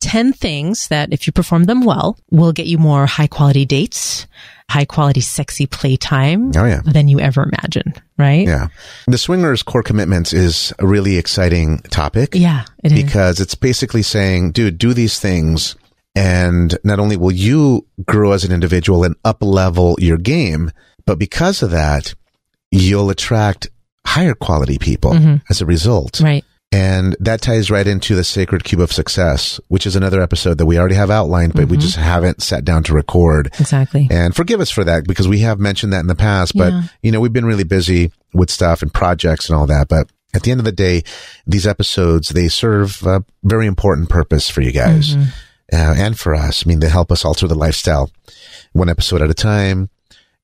10 things that if you perform them well will get you more high quality dates, high quality sexy playtime oh yeah than you ever imagined. Right. yeah the swingers core commitments is a really exciting topic Yeah, it is. because it's basically saying, dude, do these things. And not only will you grow as an individual and up level your game, but because of that, you'll attract higher quality people as a result. Right. And that ties right into the sacred cube of success, which is another episode that we already have outlined, but we just haven't sat down to record. Exactly. And forgive us for that because we have mentioned that in the past, but Yeah. you know, we've been really busy with stuff and projects and all that. But at the end of the day, these episodes, they serve a very important purpose for you guys Mm-hmm. uh, and for us. I mean, they help us alter the lifestyle one episode at a time.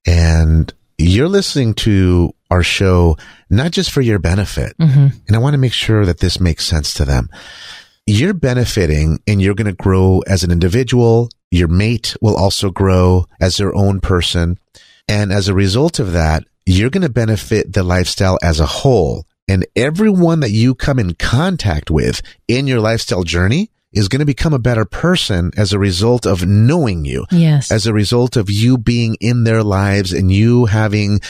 And you're listening to our show, not just for your benefit. Mm-hmm. And I want to make sure that this makes sense to them you're benefiting and you're going to grow as an individual. Your mate will also grow as their own person. And as a result of that, you're going to benefit the lifestyle as a whole. And everyone that you come in contact with in your lifestyle journey is going to become a better person as a result of knowing you Yes. as a result of you being in their lives and you having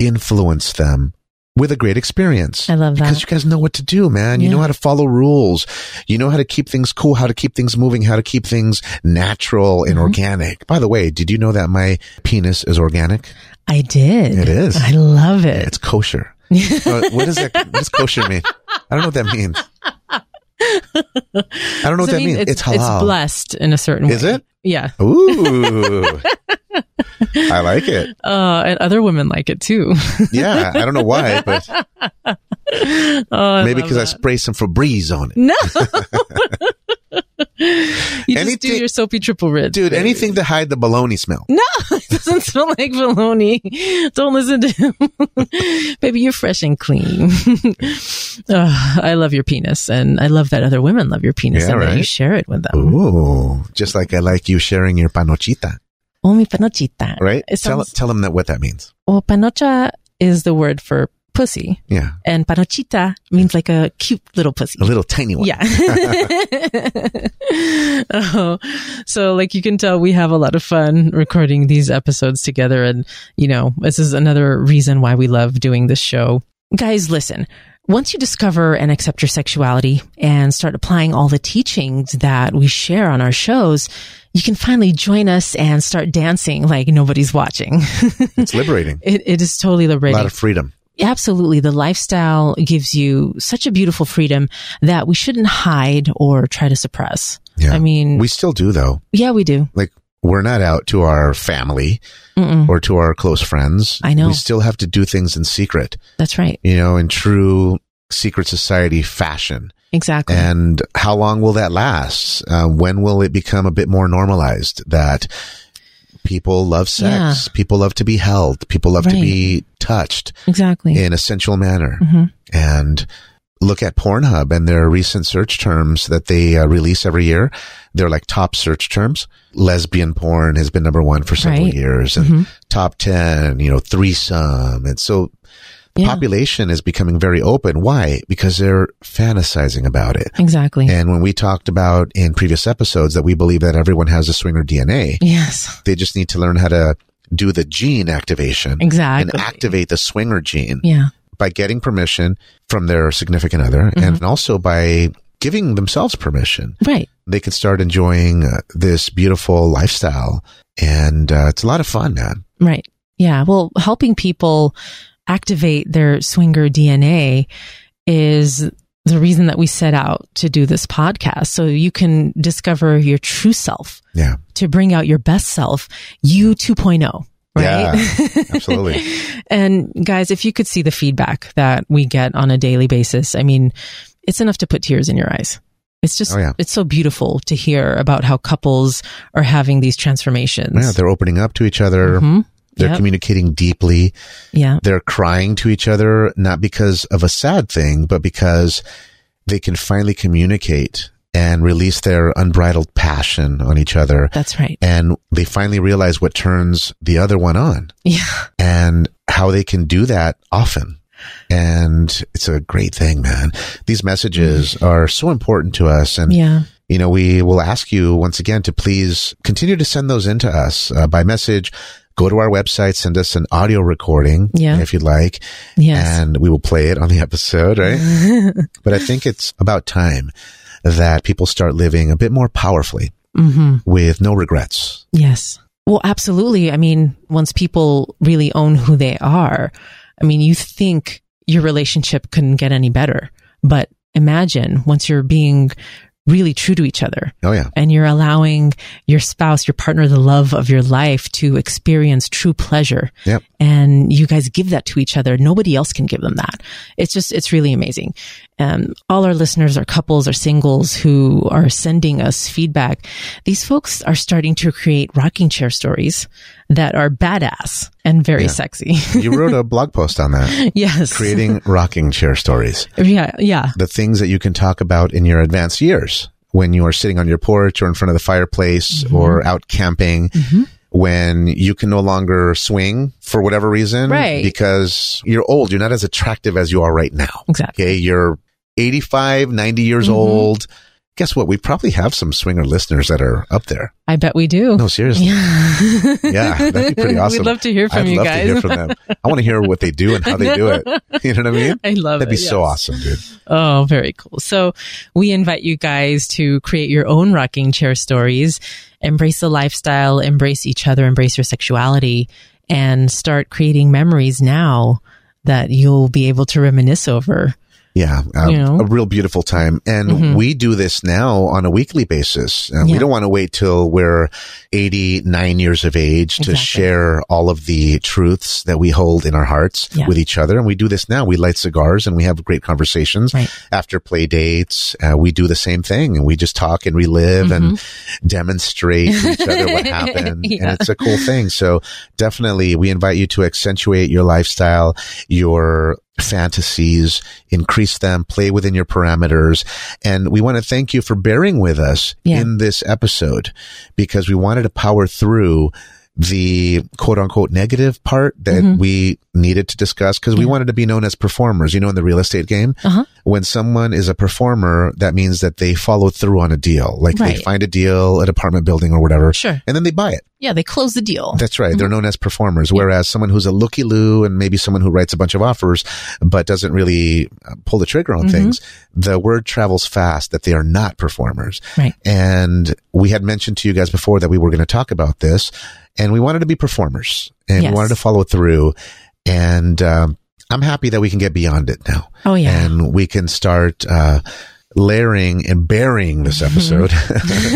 influenced them with a great experience. I love that. Because you guys know what to do, man. You know Yeah. how to follow rules. You know how to keep things cool, how to keep things moving, how to keep things natural Mm-hmm. and organic. By the way, did you know that my penis is organic? I did. It is. I love it. It's kosher. Uh, what does that? What does kosher mean? I don't know what that means. I don't know what Does that it mean means. It's, halal. It's blessed in a certain Is way. it? Yeah. Ooh, I like it. Uh, and other women like it too. Yeah, I don't know why, but Oh, maybe love because I that. spray some Febreze on it. No. you just do Anything- your soapy triple rinse. Dude, baby. anything to hide the baloney smell. It doesn't smell like baloney. Don't listen to him. baby, you're fresh and clean. Ugh, I love your penis. And I love that other women love your penis Yeah, and that you right? share it with them. Ooh, just like I like you sharing your panochita, Oh, mi panochita. right? It tell, sounds, tell them that what that means. well, panocha is the word for pussy. Yeah, And panochita means like a cute little pussy. a little tiny one. Yeah. oh, so like you can tell, we have a lot of fun recording these episodes together. And, you know, this is another reason why we love doing this show. Guys, listen. Once you discover and accept your sexuality and start applying all the teachings that we share on our shows, you can finally join us and start dancing like nobody's watching. It's liberating. it, it is totally a liberating lot of freedom. absolutely the lifestyle gives you such a beautiful freedom that we shouldn't hide or try to suppress Yeah. i mean We still do though. yeah we do Like we're not out to our family Mm-mm. or to our close friends. Mm. I know. We still have to do things in secret, that's right you know, in true secret society fashion. exactly And how long will that last? Uh, when will it become a bit more normalized that people love sex, people love to be held, people love to Right. be touched exactly in a sensual manner? Mhm. And look at Pornhub and their recent search terms that they uh, release every year. They're like top search terms. Lesbian porn has been number one for several Right. Mm-hmm. years, and top ten, you know, threesome, and so the Yeah. population is becoming very open. Why? Because they're fantasizing about it. exactly And when we talked about in previous episodes that we believe that everyone has a swinger DNA, yes they just need to learn how to do the gene activation exactly and activate the swinger gene yeah by getting permission from their significant other Mm-hmm. and also by giving themselves permission. right They can start enjoying uh, this beautiful lifestyle. And uh, it's a lot of fun, man. Right. Yeah. Well, helping people activate their swinger DNA is the reason that we set out to do this podcast. So you can discover your true self. Yeah. To bring out your best self, you 2.0. oh, Right. Yeah, absolutely. and guys, if you could see the feedback that we get on a daily basis, I mean, it's enough to put tears in your eyes. It's just, Oh, yeah. it's so beautiful to hear about how couples are having these transformations. Yeah, they're opening up to each other. Mhm. They're Yep. communicating deeply. yeah. they're crying to each other, not because of a sad thing, but because they can finally communicate and release their unbridled passion on each other. That's right. And they finally realize what turns the other one on Yeah. and how they can do that often. And it's a great thing, man. These messages are so important to us. And Yeah. you know, we will ask you once again to please continue to send those in to us uh, by message. Go to our website, send us an audio recording Yeah. if you'd like, Yes. Mm-hmm. and we will play it on the episode, right? but I think it's about time that people start living a bit more powerfully hmm with no regrets. Yes. Well, absolutely. I mean, once people really own who they are, I mean, you think your relationship couldn't get any better, but imagine once you're being really true to each other Oh, yeah. and you're allowing your spouse, your partner, the love of your life to experience true pleasure. Yep. And you guys give that to each other. Nobody else can give them that. It's just, it's really amazing. Um, all our listeners are couples or singles who are sending us feedback. These folks are starting to create rocking chair stories that are badass and very sexy. You wrote a blog post on that, yes. creating rocking chair stories. yeah. Yeah. the things that you can talk about in your advanced years when you are sitting on your porch or in front of the fireplace Mm-hmm. or out camping. When you can no longer swing for whatever reason, Right. because you're old, you're not as attractive as you are right now. Exactly. Okay. You're 85, 90 years Mm-hmm. old. Guess what? We probably have some swinger listeners that are up there. I bet we do. No, seriously. Yeah. Yeah, that'd be pretty awesome. We'd love to hear from I'd you love guys. to hear from them. I want to hear what they do and how they do it. You know what I mean? I love That'd be it. so yes. awesome, dude. Oh, very cool. So we invite you guys to create your own rocking chair stories, embrace the lifestyle, embrace each other, embrace your sexuality, and start creating memories now that you'll be able to reminisce over. Yeah, um, You know? Mm-hmm. a real beautiful time. And we do this now on a weekly basis. Uh, Yeah. We don't want to wait till we're 89 years of age to Exactly. share all of the truths that we hold in our hearts Yeah. with each other. And we do this now. We light cigars and we have great conversations Right. after play dates. Uh, we do the same thing and we just talk and relive and demonstrate to each other what happened. Mm-hmm. Yeah. And it's a cool thing. So definitely we invite you to accentuate your lifestyle, your fantasies, increase them, play within your parameters. And we want to thank you for bearing with us Yeah. in this episode because we wanted to power through the quote unquote negative part that Mm-hmm. we needed to discuss because we wanted to be known as performers. You know, in the real estate game, Uh-huh. when someone is a performer, that means that they follow through on a deal. Like they Right. find a deal, an apartment building or whatever, Sure. and then they buy it. Yeah, they close the deal. That's right. Mm-hmm. They're known as performers. Whereas someone who's a looky loo and maybe someone who writes a bunch of offers but doesn't really uh, pull the trigger on Mm-hmm. things, the word travels fast that they are not performers. Right. And we had mentioned to you guys before that we were going to talk about this, and we wanted to be performers and Yes. we wanted to follow through. And um, I'm happy that we can get beyond it now Oh, yeah. and we can start uh, layering and burying this Mm-hmm. episode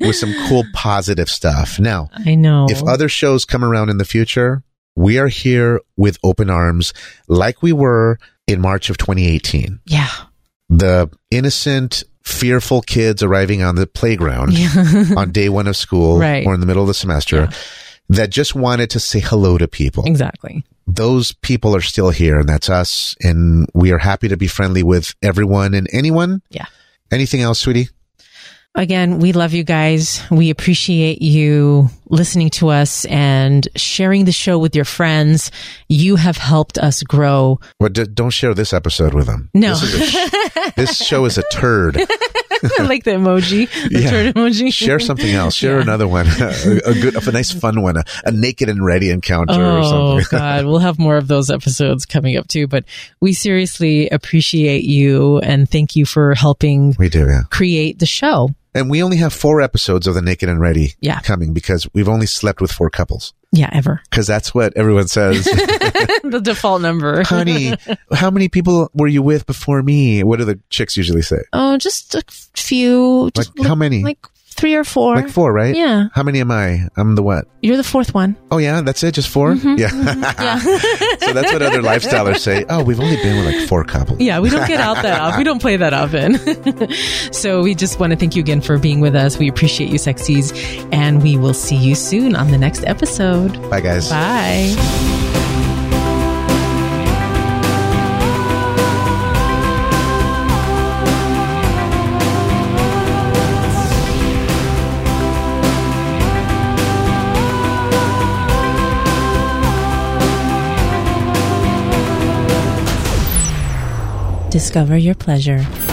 with some cool positive stuff. Now, I know. if other shows come around in the future, we are here with open arms like we were in March of 2018. yeah. The innocent, fearful kids arriving on the playground on day one of school Right. or in the middle of the semester that just wanted to say hello to people Exactly. those people are still here and that's us and we are happy to be friendly with everyone and anyone Yeah. anything else sweetie Again, we love you guys. We appreciate you listening to us and sharing the show with your friends. You have helped us grow. well, d- don't share this episode with them No. this, is a sh- this show is a turd I like the emoji, the Yeah. turd emoji. share something else share another one a, a good a nice fun one a, a naked and ready encounter or Oh something God, we'll have more of those episodes coming up too. But we seriously appreciate you and thank you for helping we do yeah create the show. and we only have four episodes of the naked and ready Yeah. coming because we've only slept with four couples Yeah, ever because that's what everyone says the default number. honey how many people were you with before me what do the chicks usually say Oh, just a few. like Just like, how many like three or four. Like four, right? Yeah. How many am I? I'm the what? You're the fourth one. Oh yeah, that's it. Just 4 Mm-hmm, Yeah. so that's what other lifestylers say. Oh, we've only been with like four couples. Yeah, we don't get out that off. We don't play that often. so we just want to thank you again for being with us. We appreciate you, sexies, and we will see you soon on the next episode. Bye guys. Bye. Discover your pleasure.